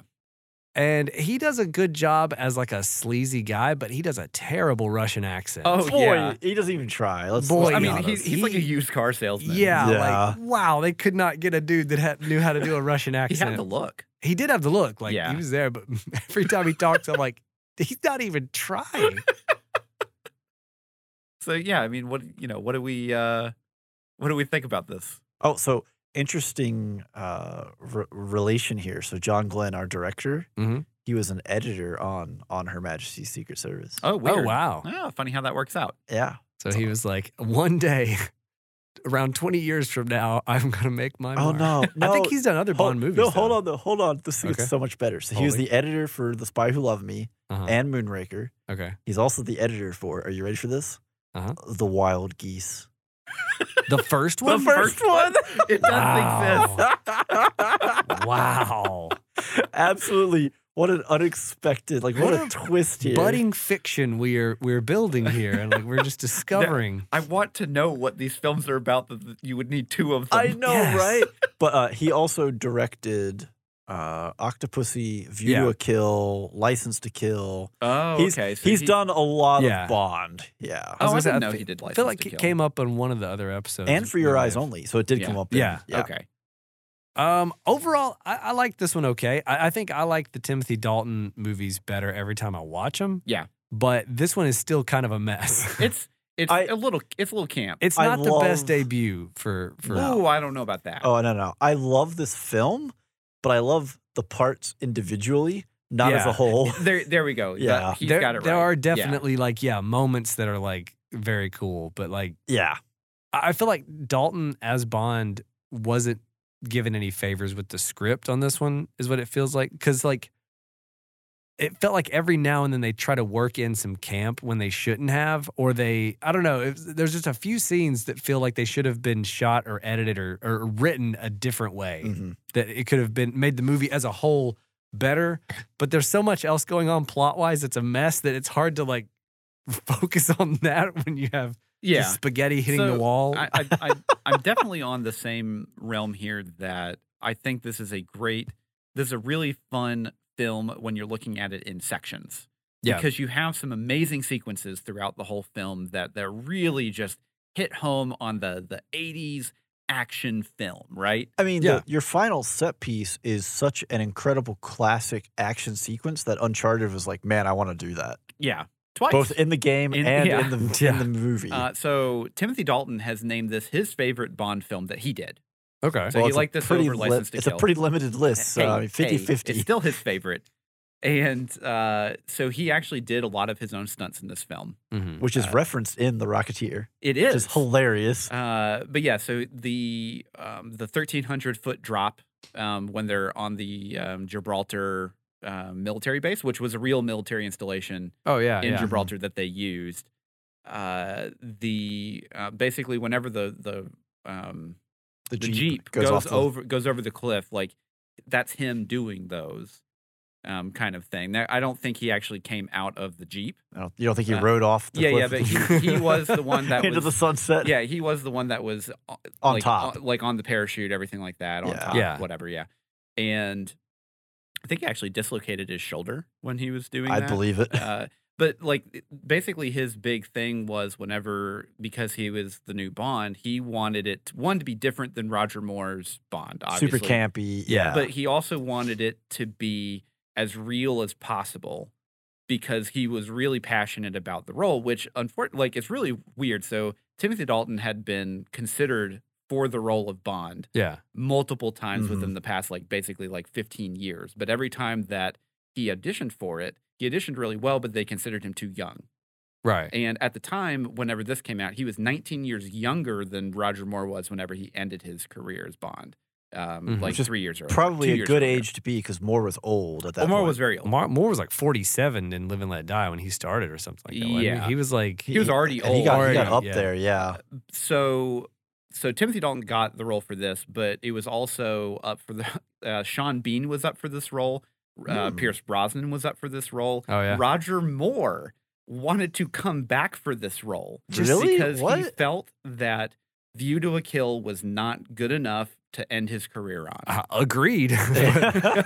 And he does a good job as like a sleazy guy, but he does a terrible Russian accent. Oh, Boy, yeah. he doesn't even try. Let's, Boy, let's I be mean, God, he's, honest. he's like a he- used car salesman. yeah, Yeah. Like, wow, they could not get a dude that had, knew how to do a Russian He accent. had the look. He did have the look. Like Yeah. he was there, but every time he talks, I'm like, he's not even trying. So yeah, I mean, what you know, what do we uh what do we think about this? Oh, so interesting uh, re- relation here. So John Glenn, our director, Mhm. he was an editor on on Her Majesty's Secret Service. Oh, weird. Oh, wow. Oh, funny how that works out. Yeah, So he was like, one day, around 20 years from now, I'm going to make my Oh mark. no, no. I think he's done other hold, Bond movies. No, hold though. on, though. Hold on. This gets Okay. so much better. So he was Holy- the editor for The Spy Who Loved Me Uh-huh. and Moonraker. okay. He's also the editor for. Are you ready for this? Uh-huh. The Wild Geese. The first one? first one. It does Wow. exist. wow. Absolutely. What an unexpected, like what, What a, a twist here. budding fiction we're we're building here and like we're just discovering I want to know what these films are about. That that you would need two of them. I know, Yes. right? But uh, he also directed uh, Octopussy, View to Yeah. a Kill, License to Kill. Oh, He's, okay. So he's he- done a lot Yeah. of Bond. Yeah. I was Oh, I, gonna say, didn't I know fe- he did. I License feel like to it Kill. came up on one of the other episodes and for your we eyes have. only. So it did Yeah. come up. Yeah. In, yeah. Okay. um overall I, I like this one okay I, I think I like the Timothy Dalton movies better every time I watch them Yeah. but this one is still kind of a mess It's it's I- a little it's a little camp. it's I not the best love- debut for for Ooh, I don't know about that. Oh, no, no. I love this film, but I love the parts individually, not as Yeah. a whole. There, there we go. Yeah. Yeah, he's there, got it right. there are Yeah. definitely like yeah moments that are like very cool but like yeah. I I feel like Dalton as Bond wasn't given any favors with the script on this one, is what it feels like. Cause like it felt like every now and then they try to work in some camp when they shouldn't have, or they, I don't know, it, there's just a few scenes that feel like they should have been shot or edited or, or written a different way Mm. Mhm. that it could have been made the movie as a whole better. But there's so much else going on plot wise, it's a mess that it's hard to like focus on that when you have Yeah, just spaghetti hitting So, the wall. I, I, I, I'm definitely on the same realm here. That I think this is a great, this is a really fun film when you're looking at it in sections. Yeah. because you have some amazing sequences throughout the whole film that that really just hit home on the the 80s action film, right? I mean, Yeah. the, your final set piece is such an incredible classic action sequence that Uncharted was like, man, I want to do that. Yeah, twice. Both in the game In- and yeah. in, the, Yeah. in the movie. Uh, so Timothy Dalton has named this his favorite Bond film that he did. Okay. so he it's a liked this pretty over License to It's uh, Kill. a pretty limited list. So, I Hey, mean, 50 hey, 50. It's still his favorite. And uh, so he actually did a lot of his own stunts in this film. Mhm. which is uh, referenced in The Rocketeer, It which is. is hilarious. uh, but yeah, so the um, the thirteen hundred foot drop um, when they're on the um, Gibraltar uh, military base, which was a real military installation Oh yeah. in yeah. Gibraltar that they used. Uh, the uh, basically whenever the the um, The, the jeep, goes, over goes over the cliff like that's him doing those um, kind of thing There- i don't think he actually came out of the jeep I don't, you don't think he Uh, rode off the yeah yeah cliff but he, he was the one that into the was sunset? yeah he was the one that was uh, On like, top. on- like on the parachute everything like that on Yeah. top Yeah. whatever yeah and i think he actually dislocated his shoulder when he was doing I that believe it. uh, but like it- basically his big thing was whenever because he was the new bond he wanted it one to be different than roger moore's bond obviously Super campy. Yeah, Yeah. but he also wanted it to be as real as possible because he was really passionate about the role which unfortunately like it's really weird so timothy dalton had been considered for the role of bond Yeah. multiple times Mhm. within the past like basically like 15 years but every time that he auditioned for it he auditioned really well but they considered him too young Right. and at the time whenever this came out he was 19 years younger than roger moore was whenever he ended his career as bond um, Mhm. like Mm-hmm. Which is three years earlier two Probably a years good earlier. age to be because Moore was old at that well, moore point. was very old Mar- Moore was like 47 in Live and Let Die when he started, or something like that. wasn't he? Yeah. he was like, he was already and he old got, he Already, got up yeah. there, yeah. so so Timothy Dalton got the role for this, but it was also up for the uh, Sean Bean was up for this role. Uh, Hmm. Pierce Brosnan was up for this role. Oh, yeah. Roger Moore wanted to come back for this role just Really? because he What? felt that View to a Kill was not good enough to end his career on. Uh, agreed. You should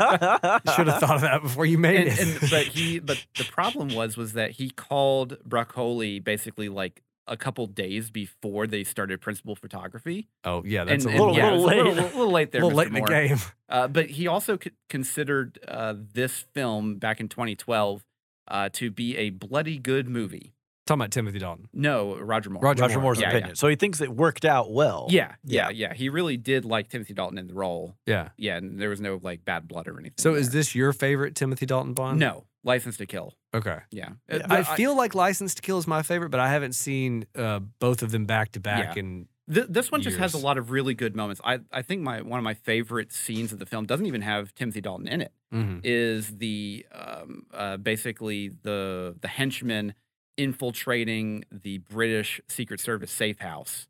Should have thought of that before you made and, it. and but he but the problem was was that he called Broccoli basically like a couple days before they started principal photography. oh yeah, that's and, a little, and, yeah, little, it was late. A little, little late there, little Mr. late in the Moore. game. Uh, but he also c- considered uh, this film back in 2012 uh, to be a bloody good movie. Talking about Timothy Dalton. No, Roger Moore. Roger Roger Moore. Moore's Yeah, opinion. So he thinks it worked out well. Yeah, yeah, yeah, He really did like Timothy Dalton in the role. Yeah. Yeah, and there was no like bad blood or anything. So is there. this your favorite Timothy Dalton Bond? no License to Kill? Okay. Yeah, Yeah. Uh, I, feel like License to Kill is my favorite, but I haven't seen uh, both of them back to back. Yeah. And Th- this one just has a years. lot of really good moments. I, I think my one of my favorite scenes of the film doesn't even have Timothy Dalton in it. Mhm. Is the um, uh, basically the the henchmen infiltrating the British Secret Service safe house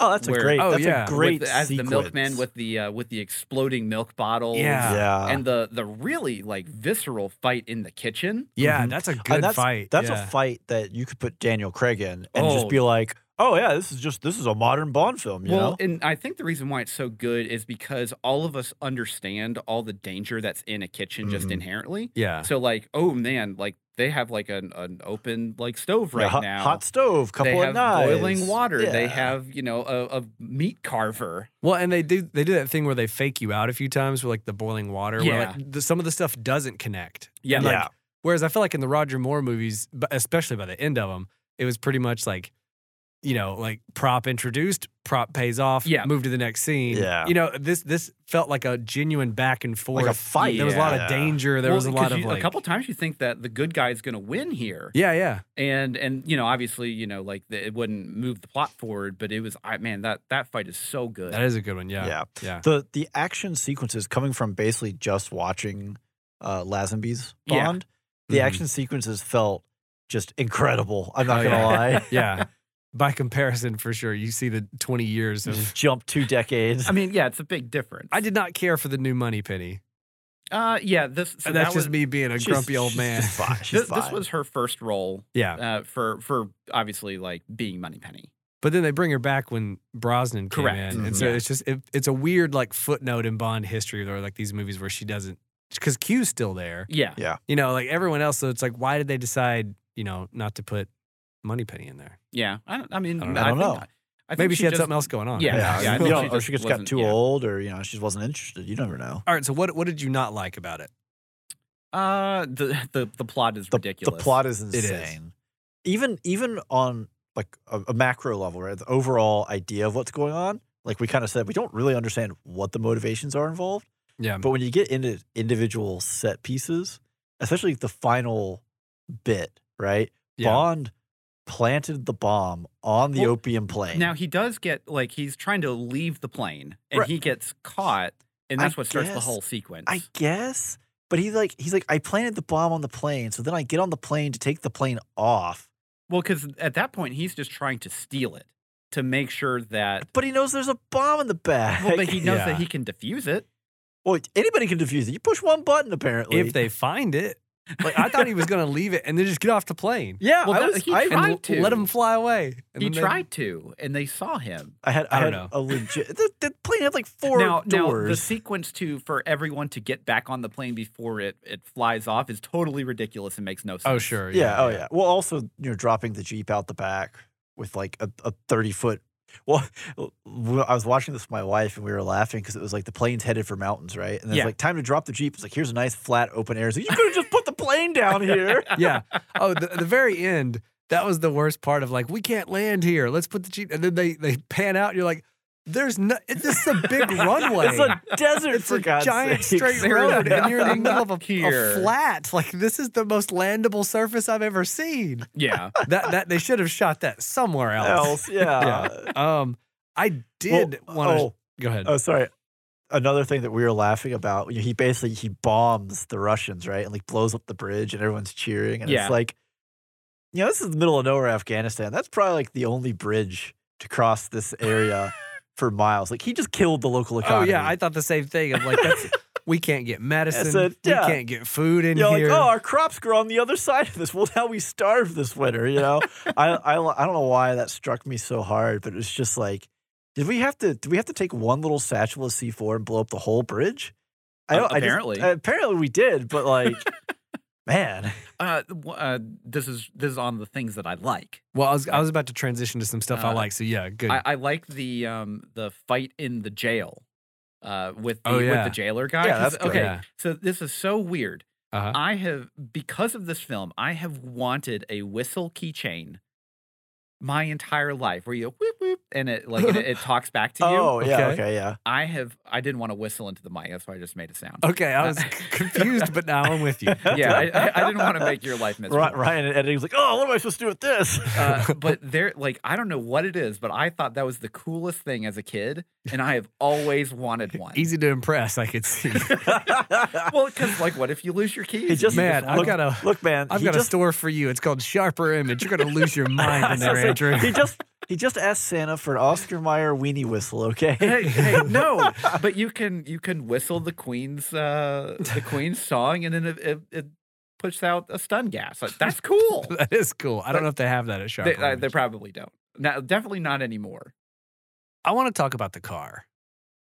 Oh, that's a Where- great. Oh, that's yeah. a With great with, as sequence. the milkman with the uh, with the exploding milk bottles. Yeah. Yeah. And the the really like visceral fight in the kitchen. yeah, Mhm. Uh, that's a good And that's, fight. That's Yeah. a fight that you could put Daniel Craig in and Oh. just be like, "Oh yeah, this is just this is a modern Bond film." You well, know, and I think the reason why it's so good is because all of us understand all the danger that's in a kitchen just Mhm. inherently. Yeah. So like, oh man, like they have like an, an open like stove Yeah, right hot, now. hot stove, couple they of have knives, boiling water. They Yeah. have you know a, a meat carver. Well, and they do they do that thing where they fake you out a few times with like the boiling water, where Yeah. like the, some of the stuff doesn't connect. Yeah, like, Yeah. Whereas I feel like in the Roger Moore movies, but especially by the end of them, it was pretty much like, you know, like prop introduced, prop pays off, Yeah. move to the next scene. Yeah. You know, this this felt like a genuine back and forth. like a fight. There was a lot of Yeah. danger. There Well, was a 'cause lot of you- like a couple times you think that the good guy is going to win here, Yeah, yeah. and and you know obviously you know like the, it wouldn't move the plot forward, but it was I man that that fight is so good. That is a good one. Yeah. Yeah. Yeah. The the action sequences coming from basically just watching uh Lazenby's Yeah. Mm-hmm. Bond, the Mhm. action sequences felt just incredible. I'm not Oh, gonna yeah. lie. Yeah. By comparison, for sure, you see the 20 years Mm. of. just jump two decades. I mean, yeah, it's a big difference. I did not care for the new money penny. Uh, yeah, this so that's that just was, me being a She's- grumpy old she's man. just fine. thi- She's This, fine. was her first role yeah. uh, for for obviously like being Moneypenny. But then they bring her back when Brosnan came Correct. Mm-hmm. in, and Mhm. so Yeah. it's just it, it's a weird like footnote in Bond history, or like these movies where she doesn't because Q's still there, Yeah, you know, like everyone else. So it's like, why did they decide, you know, not to put Moneypenny in there? yeah. I, don't, I mean, I don't know. I don't think, know. I think Maybe she, had just- something else going on. Yeah, right? yeah, I you think don't- she or just she just got wasn't- too yeah. old, or you know, she wasn't interested. You never know. All right. So what what did you not like about it? Uh, the the the plot is The, the ridiculous. plot is is. insane. Even even on like a, a macro level, right? The overall idea of what's going on, like we kind of said, we don't really understand what the motivations are involved. Yeah. But when you get into individual set pieces, especially the final bit, right? Yeah. Bond planted the bomb on the Well, opium plane. Now he does get like he's trying to leave the plane and Right. he gets caught, and I that's what starts the guess- whole sequence. I guess. But he's like, he's like, I planted the bomb on the plane, so then I get on the plane to take the plane off. well, because at that point he's just trying to steal it to make sure that. But he knows there's a bomb in the bag. Well, but he knows Yeah. that he can defuse it. Well, anybody can defuse it. You push one button, apparently. if they find it, like I thought he was going to leave it and then just get off the plane yeah, Well, I, that- was, he I, tried and to. let him fly away. And he then they- tried to, and they saw him. I had, I I don't had know. a legit. The, the plane had like four now, now the doors. sequence to for everyone to get back on the plane before it it flies off is totally ridiculous and makes no sense. Oh sure. yeah, oh yeah. Well, also, you know, dropping the jeep out the back with like a, a thirty foot. Well, I was watching this with my wife, and we were laughing because it was like the plane's headed for mountains, right? And then Yeah. it's like time to drop the jeep. It's like here's a nice flat open air. It's like, you could have just put the plane down here. yeah. Oh, the, the very end. That was the worst part of like, we can't land here. Let's put the jeep. And then they they pan out. And you're like, there's no. It's just a big runway. It's a desert It's for a God's giant sake. straight There's road, and you're in the nothing middle of a, here. a flat. Like this is the most landable surface I've ever seen. yeah. That that they should have shot that somewhere else. else. Yeah. Um, I did Well, want to oh, go ahead. oh, sorry. Another thing that we were laughing about, you know, he basically he bombs the Russians, right? And like blows up the bridge and everyone's cheering. And Yeah. it's like, you know, this is the middle of nowhere Afghanistan. That's probably like the only bridge to cross this area for miles. Like he just killed the local Oh economy. yeah, I thought the same thing. I'm like, that's we can't get medicine. it, yeah. We can't get food in you know, like, here. oh, our crops grow on the other side of this. Well, now we starve this winter, you know? I, I, I don't know why that struck me so hard, but it's just like, did we have to, did we have to take one little satchel of C4 and blow up the whole bridge? I Uh, don't, I just- apparently. apparently we did, but like, man, Uh, w- uh, this is this is on the things that I like. well, I was I was about to transition to some stuff I Uh, like. So yeah, good. I, I like the um the fight in the jail, uh, with the, Oh, with yeah. the jailer guy. Yeah, 'cause- that's good. okay. Oh, Yeah. So this is so weird. Uh-huh. I have because of this film, I have wanted a whistle keychain my entire life, where you go, whoop whoop, and it like it, it talks back to you. oh yeah, Okay. okay, yeah. I have I didn't want to whistle into the mic. That's why I just made a sound. Uh, okay, I was confused, but now I'm with you. yeah, I, I, I didn't want to make your life miserable. Ri- Ryan and editing's like, oh, what am I supposed to do with this? Uh, but there, like, I don't know what it is, but I thought that was the coolest thing as a kid, and I have always wanted one. Easy to impress, I could see. Well, because like, what if you lose your keys? He just- Man, You I've look- got a Look, man, I've he got a just store for you. It's called Sharper Image. You're gonna lose your mind in I was there, gonna say, Andrew. He just he just asked Santa for an Oscar Mayer weenie whistle, okay? Hey, hey, no, but you can you can whistle the Queen's uh the Queen's song, and then it, it, it puts out a stun gas. Like, that's cool. That is cool. I don't know if they have that at Sharper. they, uh, Image. they probably don't. Now, definitely not anymore. I want to talk about the car.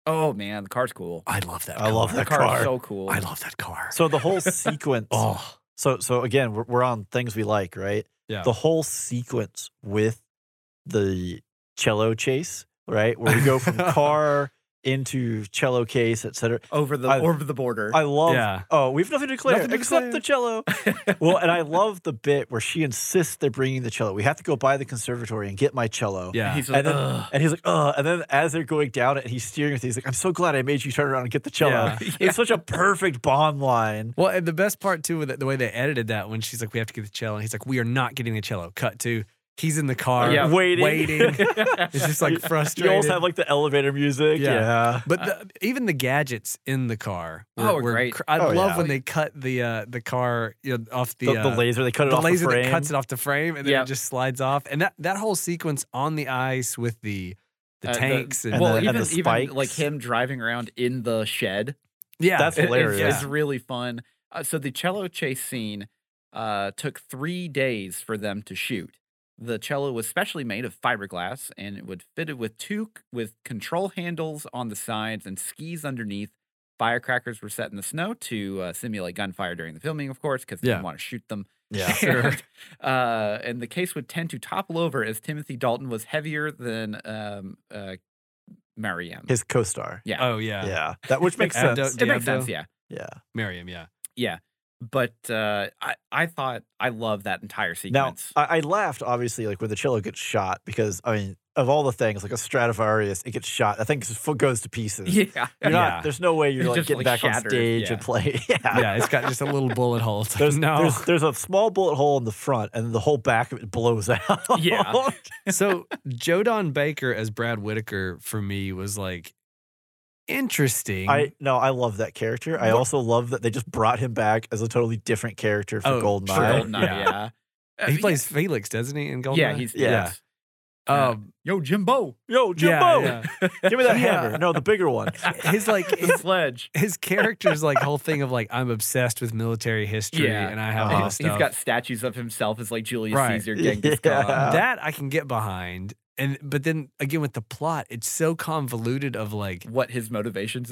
Oh man, the car's cool. I love that. I love car. The that car's car. so cool. I love that car. So the whole sequence. oh, So so again, we're, we're on things we like, right? Yeah. The whole sequence with the cello chase, right? Where we go from car into cello case, et cetera. over the I- over the border. I love. yeah. Oh, we have nothing to declare Nothing to except the cello. well, and I love the bit where she insists they're bringing the cello. We have to go by the conservatory and get my cello. Yeah. He's like, And then, "Ugh." and he's like, oh, and then as they're going down it, and he's steering with it, he's like, I'm so glad I made you turn around and get the cello. Yeah. Yeah. It's such a perfect bond line. Well, and the best part too, with the, the way they edited that, when she's like, "We have to get the cello," and he's like, "We are not getting the cello." Cut to he's in the car, Yeah. Waiting. waiting. it's just like You frustrated. always have like the elevator music. Yeah. Yeah. but the, even the gadgets in the car, Oh, are great. cr- I Oh, love yeah. when they cut the uh, the car you know, off the The, uh, the laser, they cut it the off laser the frame. that cuts it off the frame, and then Yeah. it just slides off. And that that whole sequence on the ice with the the Uh, tanks and, and well, the- even, and the even like spikes. him driving around in the shed. yeah, It's That's hilarious. It's, really fun. Uh, so the cello chase scene uh, took three days for them to shoot. The cello was specially made of fiberglass, and it would fitted with two c- with control handles on the sides and skis underneath. Firecrackers were set in the snow to uh, simulate gunfire during the filming, of course, because they Yeah. didn't want to shoot them. Yeah. Sure. uh, and the case would tend to topple over as Timothy Dalton was heavier than um, uh, Mariam. His co star. yeah. Oh yeah. uh, Yeah. That which makes Abdo- sense. it makes Diablo. sense. Yeah. Yeah. Miriam. Yeah. Yeah. But uh, I, I thought I love that entire Now sequence. uh, I, I laughed obviously like when the cello gets shot because I mean of all the things like a Stradivarius it gets shot that thing just f- goes to pieces. yeah. You're not, Yeah. There's no way you're It's like just, getting like, back on shattered, stage and yeah. play. Yeah. Yeah. It's got just a little bullet hole. It's like, There's, no. there's there's a small bullet hole in the front and the whole back of it blows out. Yeah. so Jodan Baker as Brad Whitaker for me was like interesting. I no, I love that character. I What- also love that they just brought him back as a totally different character for Oh, Goldeneye. For Goldeneye. Goldeneye, Yeah. yeah. Uh, he plays Felix, doesn't he? In Goldeneye. Yeah, he's Yeah. yes. Um, Yo, Jimbo. Yo, Yeah, Jimbo, give me that Yeah. hammer. No, the bigger one. yeah. His like The his, sledge. his character's like whole thing of like I'm obsessed with military history Yeah. Oh, and I have all Uh-huh. He's- this stuff. He's got statues of himself as like Julius Right. Caesar, Genghis Yeah. Khan. that I can get behind. And but then again with the plot, it's so convoluted of like What his motivations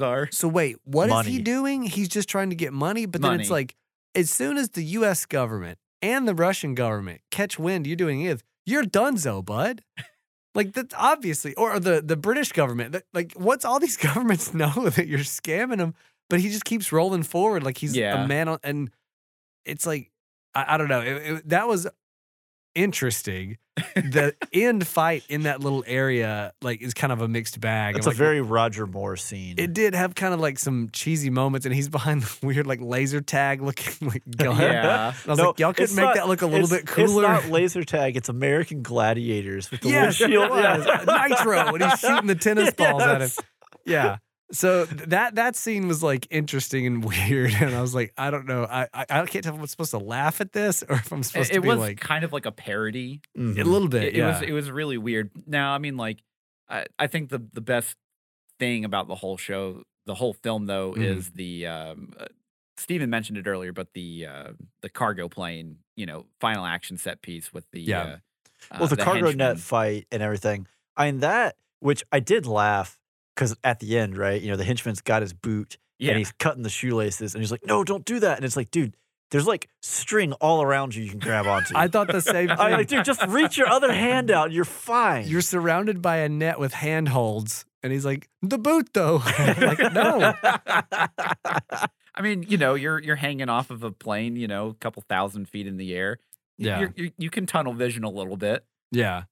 are. So wait, what is he Money. doing? He's just trying to get money. But then it's Money. like, as soon as the U.S. government and the Russian government catch wind, you're doing it. You're donezo, bud. Like that's obviously, or the the British government. that- Like, what's all these governments know that you're scamming them? But he just keeps rolling forward, like he's Yeah. a man. On, and it's like, I, I don't know. It- it- that was interesting. the end fight in that little area, like, is kind of a mixed bag. That's I'm a like, very Roger Moore scene. it did have kind of like some cheesy moments, and he's behind the weird like laser tag looking like gun. Yeah. And I was No, like, y'all could it's make not- that look a little It's- bit cooler. It's not laser tag. It's American Gladiators with the yes, it windshield. Yeah. was. nitro, and he's shooting the tennis balls at him. Yes. Yeah. So th- that that scene was like interesting and weird, and I was like, I don't know, I I, I can't tell if I'm supposed to laugh at this or if I'm supposed It, to it be was like kind of like a parody. a Mhm. little bit. It, it yeah. was it was really weird. Now, I mean, like, I, I think the the best thing about the whole show, the whole film though, Mhm. is the um, uh, Steven mentioned it earlier, but the uh, the cargo plane, you know, final action set piece with the Yeah. uh, uh, well, the, cargo net henchman. fight and everything. I mean that, which I did laugh because at the end, right? You know, the henchman's got his boot Yeah, and he's cutting the shoelaces, and he's like, "No, don't do that." And it's like, dude, there's like string all around you you can grab onto. I thought the same I'm thing. like, dude, just reach your other hand out. You're fine. You're surrounded by a net with handholds, and he's like, the boot though. like, no, I mean, you know, you're you're hanging off of a plane, you know, a couple thousand feet in the air. Y- Yeah. you're, you you can tunnel vision a little bit. yeah,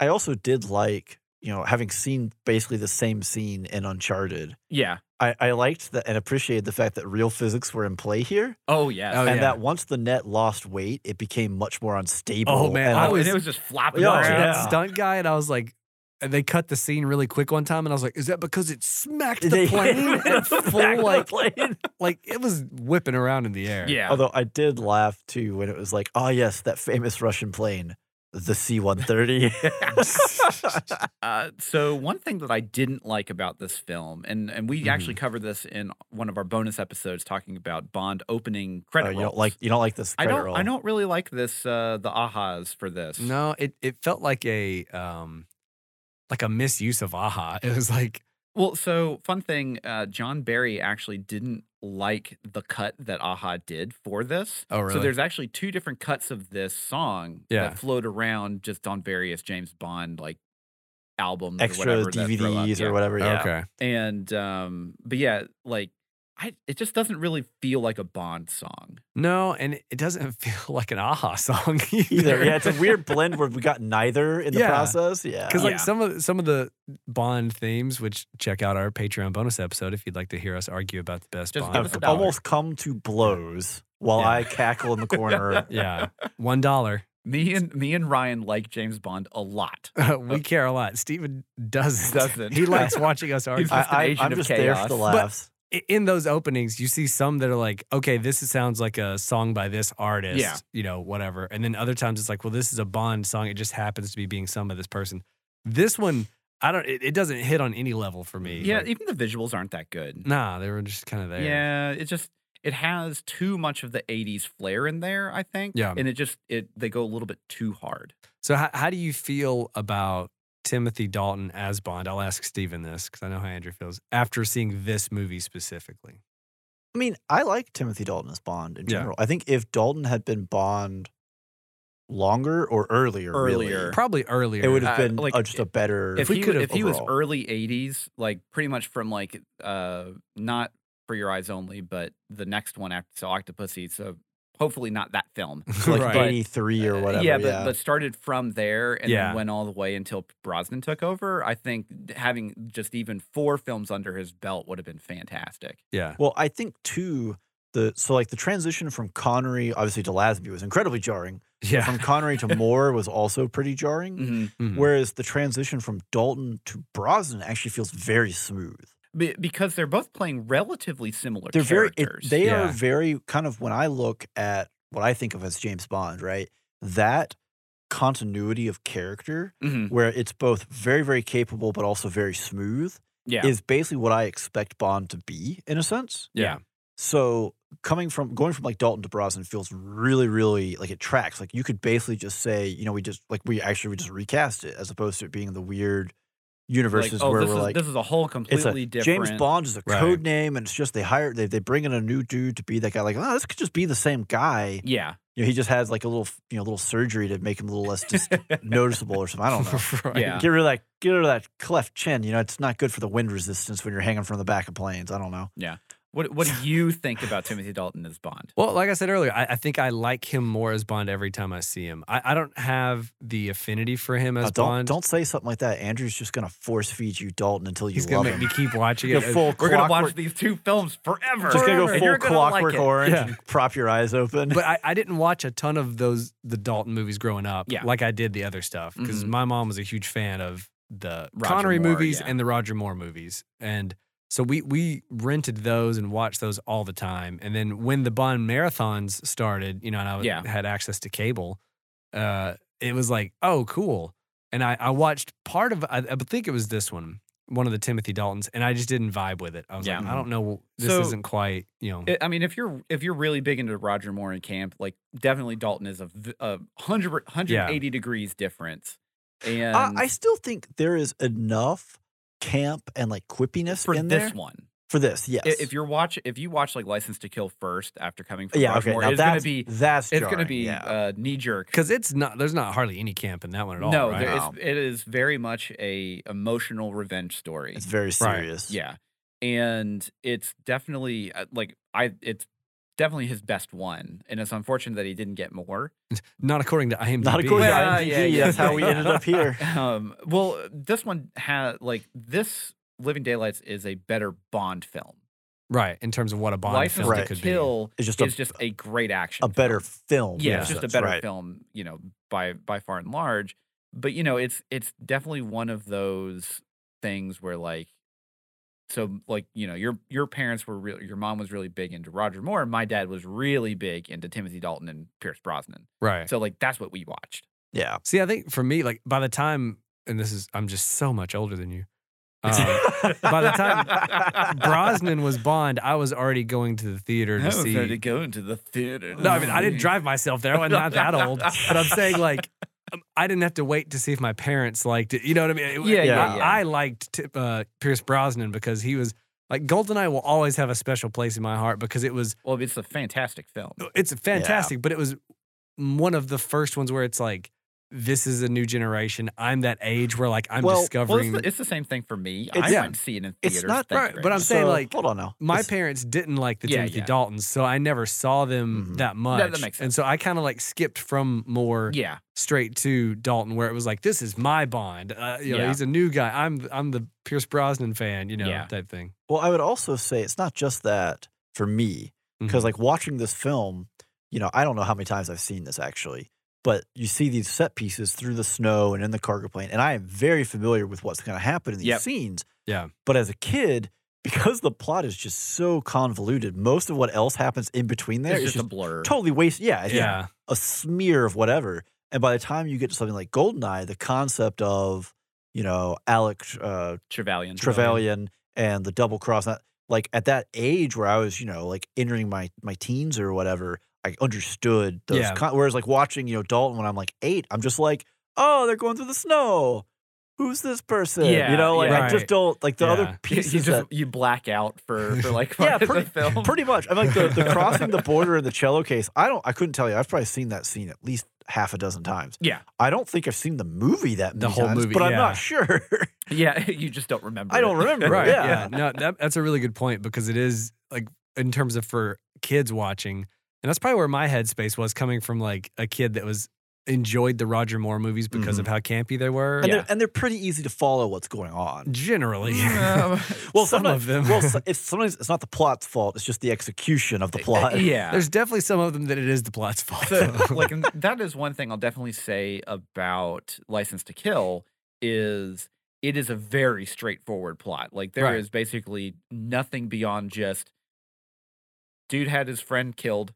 I also did like, you know, having seen basically the same scene in Uncharted. Yeah. I, I liked that and appreciated the fact that real physics were in play here, Oh yes. Oh, and yeah. that once the net lost weight, it became much more unstable. Oh, man, and I Oh, was- and it was just flopping Yeah. watching around. that stunt guy, and I was like, and they cut the scene really quick one time, and I was like, is that because it smacked the They- plane at Back full to like the plane. like it was whipping around in the air? Yeah. Although I did laugh too when it was like, oh yes, that famous Russian plane, the C-130. Uh, so one thing that I didn't like about this film, and and we Mm-hmm. actually covered this in one of our bonus episodes talking about Bond opening oh, credit you rolls. don't like you don't like this. I credit don't. roll. I don't really like this. Uh, the ahas for this. No, it it felt like a um like a misuse of aha. It was like Well, so fun thing. Uh, John Barry actually didn't like the cut that aha did for this. oh really? So there's actually two different cuts of this song Yeah. that float around just on various James Bond like albums, or Extra whatever that throw up. DVDs Yeah. or whatever. Yeah. okay. And um, but yeah, like I, it just doesn't really feel like a Bond song. No, and it doesn't feel like an aha song either. Either. Yeah, it's a weird blend where we got neither in the Yeah. process. Yeah. Because like Yeah. some of some of the Bond themes, which check out our Patreon bonus episode if you'd like to hear us argue about the best Just Bond. give us a I've dollar. almost come to blows while Yeah. I cackle in the corner. yeah, one dollar. Me and me and Ryan like James Bond a lot. we care a lot. Steven doesn't. Oh. Doesn't. He likes watching us argue. He's just an I, agent I, I'm of just there for chaos. the But- laughs. I- In those openings, you see some that are like, okay, this is- sounds like a song by this artist, Yeah. you know, whatever. And then other times it's like, well, this is a Bond song. It just happens to be being sung by this person. This one, I don't, it, it doesn't hit on any level for me. Yeah, Like, even the visuals aren't that good. nah, they were just kind of there. Yeah, it just it has too much of the '80s flair in there. I think. Yeah. and it just it they go a little bit too hard. So, how, how do you feel about Timothy Dalton as Bond? I'll ask Steven this because I know how Andrew feels after seeing this movie specifically. I mean, I like Timothy Dalton as Bond in Yeah. general. I think if Dalton had been Bond longer or earlier, really, Earlier. Probably earlier. it would have Uh, been like, uh, just a better. if we he, could have if he was overall. early 80s like pretty much from like uh not for your eyes only but the next one after so octopussy so hopefully not that film like right. but- 83 or whatever. Uh, yeah but but started from there and Yeah. then went all the way until brosnan took over i think having just even four films under his belt would have been fantastic yeah. Well, I think too the so like the transition from Connery obviously to Lasby was incredibly jarring. Yeah. From Connery to Moore was also pretty jarring. Mhm. Mhm. Whereas the transition from Dalton to Brosnan actually feels very smooth. Be- because they're both playing relatively similar They're very it, characters they are Yeah. very kind of when I look at what I think of as James Bond, right? That continuity of character Mhm. where it's both very very capable but also very smooth yeah is basically what I expect Bond to be in a sense. yeah. So coming from going from like Dalton to Brosnan feels really, really like it tracks. Like you could basically just say, you know, we just like we actually we just recast it as opposed to it being the weird like, universes oh, where this, we're is, like this is a whole it's completely a different James Bond is a Right. code name, and it's just they hire they they bring in a new dude to be that guy. Like, oh, this could just be the same guy. yeah You know, he just has like a little you know little surgery to make him a little less dis- noticeable or something. I don't know. Right. Yeah. Get rid of that. Get rid of that cleft chin. You know, it's not good for the wind resistance when you're hanging from the back of planes. I don't know. What What do you think about Timothy Dalton as Bond? Well, like I said earlier, I, I think I like him more as Bond every time I see him. I, I don't have the affinity for him as Uh, don't Bond. don't say something like that. Andrew's just gonna force feed you Dalton until you He's gonna love make him. me keep watching You're it. full We're gonna watch clockwork- these two films forever. Just gonna go and full you're gonna like clockwork it. orange Yeah. and prop your eyes open. but I, I didn't watch a ton of those the Dalton movies growing up, Yeah. like I did the other stuff because Mhm. my mom was a huge fan of the Roger Connery Moore, movies yeah. and the Roger Moore movies, and so we we rented those and watched those all the time. And then when the Bond marathons started, you know, and I Yeah. had access to cable, uh, it was like, oh, cool. And I, I watched part of I, I think it was this one, one of the Timothy Daltons, and I just didn't vibe with it. I was Yeah. Mm-hmm. like, I don't know, this So- isn't quite, you know, I- I mean, if you're if you're really big into Roger Moore and camp, like definitely Dalton is a, v- a hundred 180 degrees difference. And I, I still think there is enough camp and like quippiness for in this there one, for this. Yes. i- if you're watch if you watch like License to Kill first after coming from yeah, Roger okay. Moore, Now it's gonna that's be that's it's gonna jarring, be yeah. uh, knee jerk. because it's not there's not hardly any camp in that one at all. No, right? there, it's, Wow. it is very much a emotional revenge story. it's very serious. Yeah. And it's definitely uh, like I it's definitely his best one. And it's unfortunate that he didn't get more. Not according to IMDb. Not according to Well, IMDb. yeah, yeah. That's how we ended up here. Um well this one had like this Living Daylights is a better Bond film. right, in terms of what a Bond License film Right. to could Kill It's just a, is just a great action. a better film. film. Yeah, in it's just a sense, better right. film, you know, by by far and large. But you know, it's it's definitely one of those things where like so like, you know, your your parents were real your mom was really big into Roger Moore, and my dad was really big into Timothy Dalton and Pierce Brosnan. be. Right. So like that's what we watched. Yeah. See, I think for me, like by the time, and this is, I'm just so much older than you. Um, by the time Brosnan was Bond. I was already going to the theater to see. go into the theater. No, I mean I didn't drive myself there. I'm not that old, but I'm saying like um, I didn't have to wait to see if my parents liked it. You know what I mean? It- Yeah, I, yeah, yeah. I liked Ti- uh, Pierce Brosnan because he was like Goldeneye will always have a special place in my heart because it was Well, it's a fantastic film. it's fantastic, but it was one of the first ones where it's like, this is a new generation. I'm that age where like I'm Well, well, it's Well, discovering. it's the, it's the same thing for me. I It's- went yeah. and see it in It's theaters. not- thank you right, very but I'm much. saying, like, hold on now. my It's- parents didn't like the Yeah, Timothy yeah. Mm-hmm. Daltons, so I never saw them Mhm. that much. that makes And sense. so I kind of like skipped from more yeah. straight to Dalton, where it was like, this is my Bond. Uh, you know, Yeah. he's a new guy. I'm I'm the Pierce Brosnan fan, you know, Yeah. type thing. Well, I would also say it's not just that for me, because Mhm. like watching this film, you know, I don't know how many times I've seen this actually, but you see these set pieces through the snow and in the cargo plane, and I am very familiar with what's going to happen in these Yep. scenes. Yeah. But as a kid, because the plot is just so convoluted, most of what else happens in between there It's is just, just, a blur. totally wasted. Yeah, it's just yeah, a smear of whatever. And by the time you get to something like Goldeneye, the concept of you know Alec uh, Trevelyan. Trevelyan and the double cross. Not, like at that age where I was, you know, like entering my my teens or whatever, I understood those. Yeah. Con- whereas like watching, you know, Dalton when I'm like eight, I'm just like, oh, they're going through the snow. who's this person? Yeah, you know, like yeah. I just Right. don't like the Yeah. other You, you pieces. just that- you black out for for like Yeah, part of the film. Pretty much. I'm like the, the crossing the border in the cello case. I don't. I couldn't tell you. I've probably seen that scene at least half a dozen times. Yeah. I don't think I've seen the movie that many The whole times, movie, but I'm yeah. not sure. yeah, you just don't remember. I don't it. remember. Right. Yeah. Yeah. No, that, that's a really good point because it is like in terms of for kids watching, and that's probably where my headspace was coming from, like a kid that was enjoyed the Roger Moore movies because of how campy they were. Mm-hmm. and they're and they're pretty easy to follow what's going on. Generally. Mm, Um, Well, Some sometimes- of them. well, so- it's sometimes it's not the plot's fault. It's just the execution Eh, of the plot. yeah. There's definitely some of them that it is the plot's fault. so like and that is one thing I'll definitely say about License to Kill is it is a very straightforward plot. Like there is Right. basically nothing beyond just dude had his friend killed.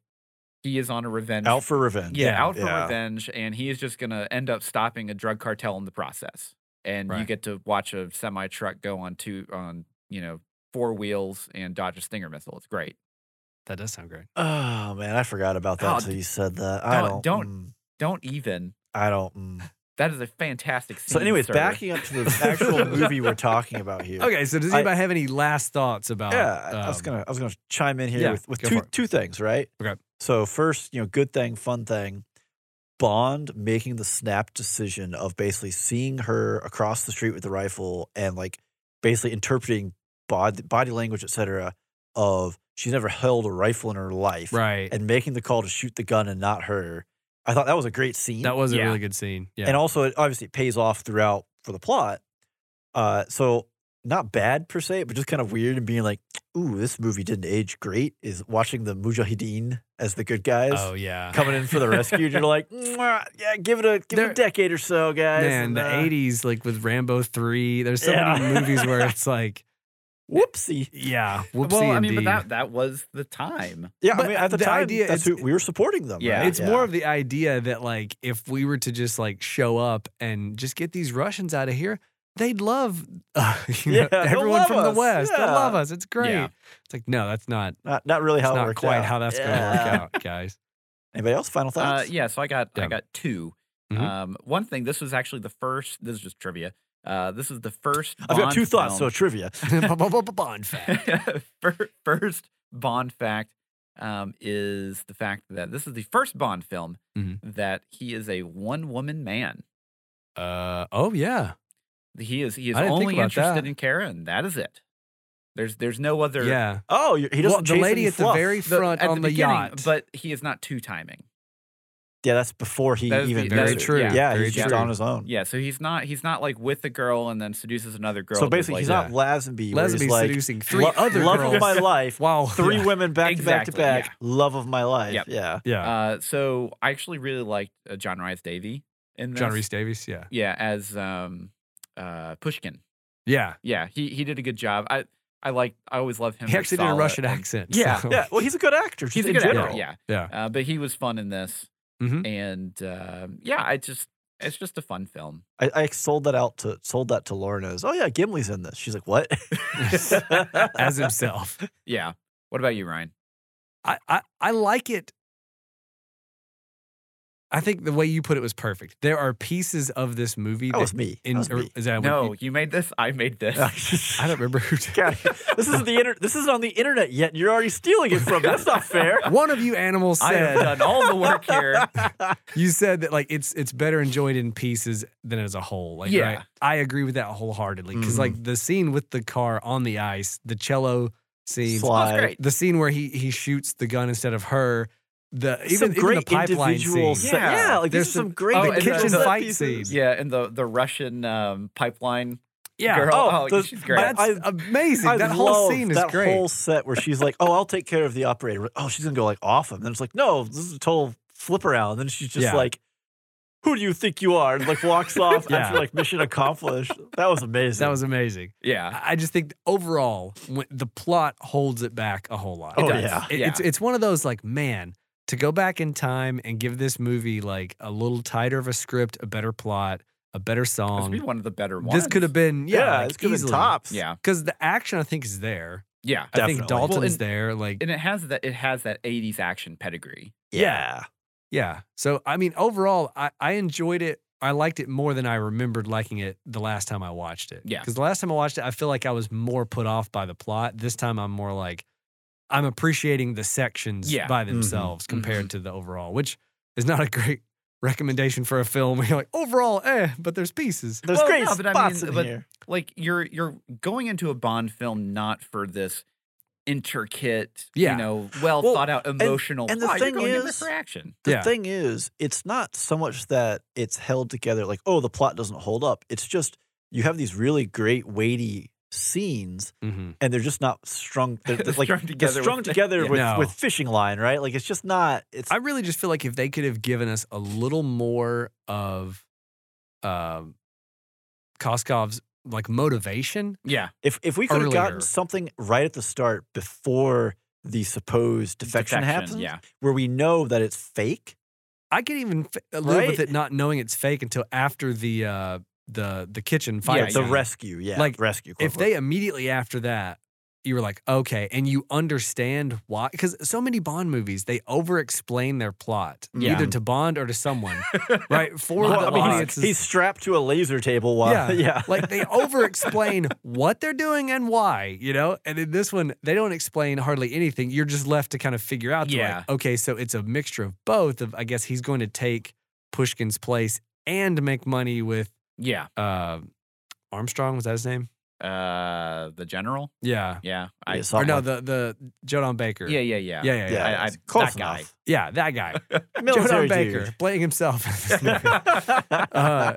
He is on a revenge Out for revenge. yeah, out for Yeah. revenge and he is just going to end up stopping a drug cartel in the process. And you Right. get to watch a semi truck go on two on, you know, four wheels and dodge a stinger missile. It's great. that does sound great. Oh man, I forgot about that Oh, until you said that. I don't- don't. don't- mm, Don't even. I don't. mm. That is a fantastic scene. So, anyways, sir. backing up to the actual movie we're talking about here. Okay, so does I- anybody have any last thoughts about? Yeah, I- I was um, gonna I was gonna chime in here yeah, with, with go two for it. two things, right? Okay. So first, you know, good thing, fun thing. Bond making the snap decision of basically seeing her across the street with the rifle and like basically interpreting body body language, et cetera, of she's never held a rifle in her life. Right. And making the call to shoot the gun and not her. I thought that was a great scene. That was a Yeah. really good scene. Yeah. And also, it obviously, it pays off throughout for the plot. Uh, so not bad per se, but just kind of weird and being like, "Ooh, this movie didn't age great." Is watching the Mujahideen as the good guys oh yeah. coming in for the rescue. and you're like, "Mwah, "Yeah, give it a give it There- a decade or so, guys." Man, and, the uh, '80s, like with Rambo three. There's so many Yeah. movies where it's like, Whoopsie. yeah, whoopsie well, I mean, indeed. but that that was the time. Yeah, But I mean, at the, the time, idea that's is- who we were supporting them. Yeah. right? It's more of the idea that like if we were to just like show up and just get these Russians out of here, they'd love uh, you know, Yeah, they'll everyone love from us. the West. Yeah. They'll love us. It's great. Yeah. It's like no, that's not. not, not really That's how it not worked quite out. how that's Yeah. gonna work out, guys. Anybody else? Final Uh, thoughts? yeah, so I got I Yeah. got 2 Mhm. Um, one thing. This was actually the first. This is just trivia. Uh, this is the first. I've got Bond two thoughts. So film- trivia. Bond fact. Fir- first Bond fact um, is the fact that this is the first Bond film Mhm. that he is a one woman man. Uh, oh yeah. He is he is I didn't think only about that. interested in Kara, and that is it. There's there's no other. Yeah. Oh, you're- he doesn't. Well, the chase lady any at the fluff. very the- front at on the, beginning, yacht. but he is not two timing. Yeah, that's before he That is even the- very knows it. true. yeah, Yeah, very he's just true. on his own. Yeah, so he's not he's not like with a girl and then seduces another girl. So There's, basically, like, he's that. not Lazenby. where he's Lesbian like, seducing three "Lo- other love girls. of my life, wow. three Yeah. women back to back to Exactly, back, yeah. love of my life. Yep. Yeah, Yeah. Uh, so I actually really liked uh, John Rhys Davy in Oh, this. John Reese Davies. Yeah. yeah, as um, uh, Pushkin. Yeah. Yeah, he he did a good job. I I like I always love him. He for actually did a Sala, Russian and- accent. Yeah, so- yeah. Well, he's a good actor. He's just a in good general. actor. Yeah, Yeah. uh, but he was fun in this, Mhm. and um yeah, I just it's just a fun film. I, I sold that out to sold that to Lauren as. Oh yeah, Gimli's in this. She's like, what? As himself. Yeah. What about you, Ryan? I, I, I like it. I think the way you put it was perfect. There are pieces of this movie that that, was me. That in er was or me. is that what No, you- you made this. I made this. I don't remember who. did- God, this is the inter- This isn't on the internet yet. and You're already stealing it from. me. That's not fair. One of you animals I have said done all the work here. you said that like it's it's better enjoyed in pieces than as a whole. Like Yeah. Mm-hmm. right? I agree with that wholeheartedly because Mhm. like the scene with the car on the ice, the cello scene, That's Slide. great. the scene where he he shoots the gun instead of her, the even, some even great the pipeline individual scene. se- Yeah. yeah. like There's these are some- some great Oh, the and individual kitchen set fight pieces. scene. Yeah, and the the Russian um, pipeline Yeah. girl. Oh, Oh, the- she's great. That's I- amazing. I that whole love scene is that great. whole set where she's like, "Oh, I'll take care of the operator." Oh, she's gonna go like off him. Then it's like, "No, this is a total flip around." And then she's just Yeah. like, "Who do you think you are?" And like walks off Yeah. after like mission accomplished. That was amazing. that was amazing. yeah. I I just think overall, when, the plot holds it back a whole lot. Oh, does. yeah. It- yeah. It's it's one of those like man to go back in time and give this movie like a little tighter of a script, a better plot, a better This would be song. one of the better ones. This could have been yeah, yeah. like, it's good as easily. tops. Yeah. because the action I think is there. Yeah. I think Definitely. Dalton's Well, and- there. Like And it has that it has that 80s action pedigree. Yeah. yeah. yeah, so I mean overall, I I enjoyed it I liked it more than I remembered liking it the last time I watched it. Yeah. Because the last time I watched it, I feel like I was more put off by the plot. This time I'm more like, I'm appreciating the sections Yeah. by Mhm. themselves compared to the overall, which is not a great recommendation for a film where you're like, overall, eh, but there's pieces. There's Well, great no, but I spots mean, in but- here. like you're you're going into a Bond film not for this intricate, Yeah. you know, well, Well, thought out emotional. and the plot. You're thing going in there is- for action. The yeah. thing is, it's not so much that it's held together like, oh, the plot doesn't hold up. It's just you have these really great weighty scenes hmm and they're just not strung they're, They're they're, like strung they're together with strung the- together yeah. with, No. with fishing line, right? Like it's just not it's I really just feel like if they could have given us a little more of um, Koskov's like motivation, Yeah, If if we could have earlier. gotten something right at the start before the supposed defection, happens, Yeah, where we know that it's fake, I could even f- live with Right? it not knowing it's fake until after the uh, the the kitchen fire. Yeah, the scene. rescue, yeah, Like, rescue. quote, If they immediately after that, you were like, okay, and you understand why, because so many Bond movies they over explain their plot Yeah. either to Bond or to someone, right? For unquote. the Well, I mean, he's- audience's he's, strapped to a laser table. While, Yeah. yeah, like they over explain what they're doing and why, you know? And in this one, they don't explain hardly anything. You're just left to kind of figure out, to Yeah. like, okay, so it's a mixture of both of, I guess he's going to take Pushkin's place and make money with yeah. uh, Armstrong, was that his name? Uh, the general. Yeah. Yeah, I, Yeah, yeah, so- Or Someone. no, the, the Jodan Baker. yeah, yeah, yeah. Yeah, yeah, yeah. yeah, I- I- it's close that guy. enough. Yeah, that guy. Jodan Military Baker playing himself in this movie. uh,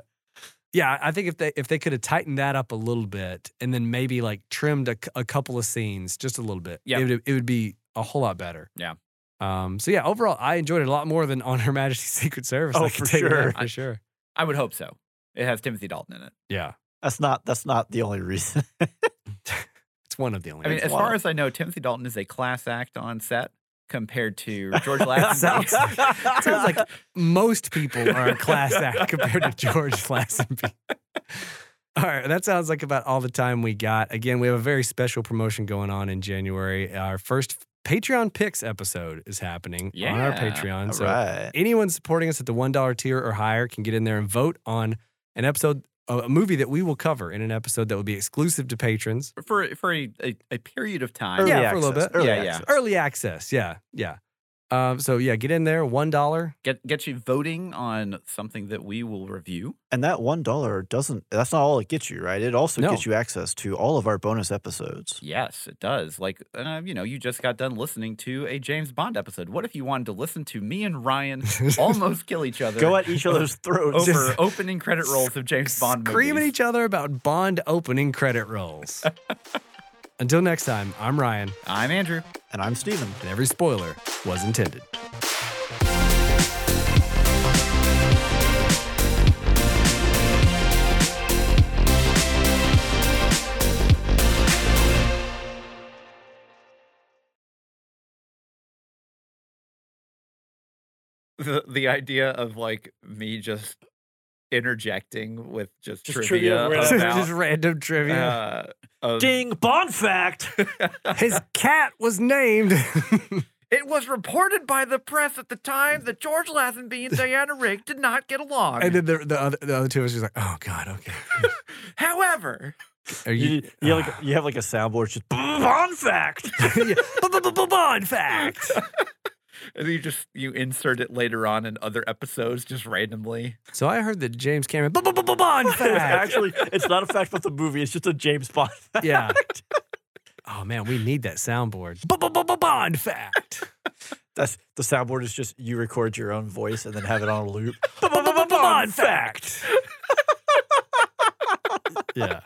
yeah, I think if they if they could have tightened that up a little bit and then maybe like trimmed a, c- a couple of scenes just a little bit, Yeah. it, would, it would be a whole lot better. Yeah. Um. So yeah, overall, I enjoyed it a lot more than on Her Majesty's Secret Service. Oh, I can for tell you that sure. for sure. I would hope so. It has Timothy Dalton in it. Yeah, That's not that's not the only reason. it's one of the only. I mean, ones. as far as I know, Timothy Dalton is a class act on set compared to George Lazenby. sounds- sounds like most people are a class act compared to George Lazenby. All right, that sounds like about all the time we got. Again, we have a very special promotion going on in January. Our first Patreon Picks episode is happening on our Yeah. Patreon. All so right. anyone supporting us at the $1 tier or higher can get in there and vote on an episode, a a movie that we will cover in an episode that will be exclusive to patrons. for for a, a, a period of time. Early Yeah. for a little access, bit. Early Yeah, yeah. access. Early access. Yeah, yeah. Um, so, yeah, get in there, $1. Get get you voting on something that we will review. And that one dollar doesn't. That's not all it gets you, right? It also No. gets you access to all of our bonus episodes. Yes, it does. Like, uh, you know, you just got done listening to a James Bond episode. What if you wanted to listen to me and Ryan almost kill each other Go at each other's throats. over opening credit rolls of James Bond movies? Scream at each other about Bond opening credit rolls. Until next time, I'm Ryan, I'm Andrew. and I'm Steven. and every spoiler was intended. The, the idea of like me just interjecting with just, Just trivia, trivia right about, Just random trivia. uh, of- Ding! Bond fact. Uh, His cat was named. It was reported by the press at the time that George Lazenby and Diana Rigg did not get along. and then the, the, other, the other two of us was like, oh, God, okay. However, Are You, you, like, you have like a soundboard. It's Just Bond fact. Bond fact. and you just you insert it later on in other episodes just randomly. So I heard that James Cameron, Bond It's fact. actually, it's not a fact about the movie. It's just a James Bond fact. Yeah. Oh, man, we need that soundboard. Bond fact. That's the soundboard is just you record your own voice and then have it on a loop. Bond fact. yeah.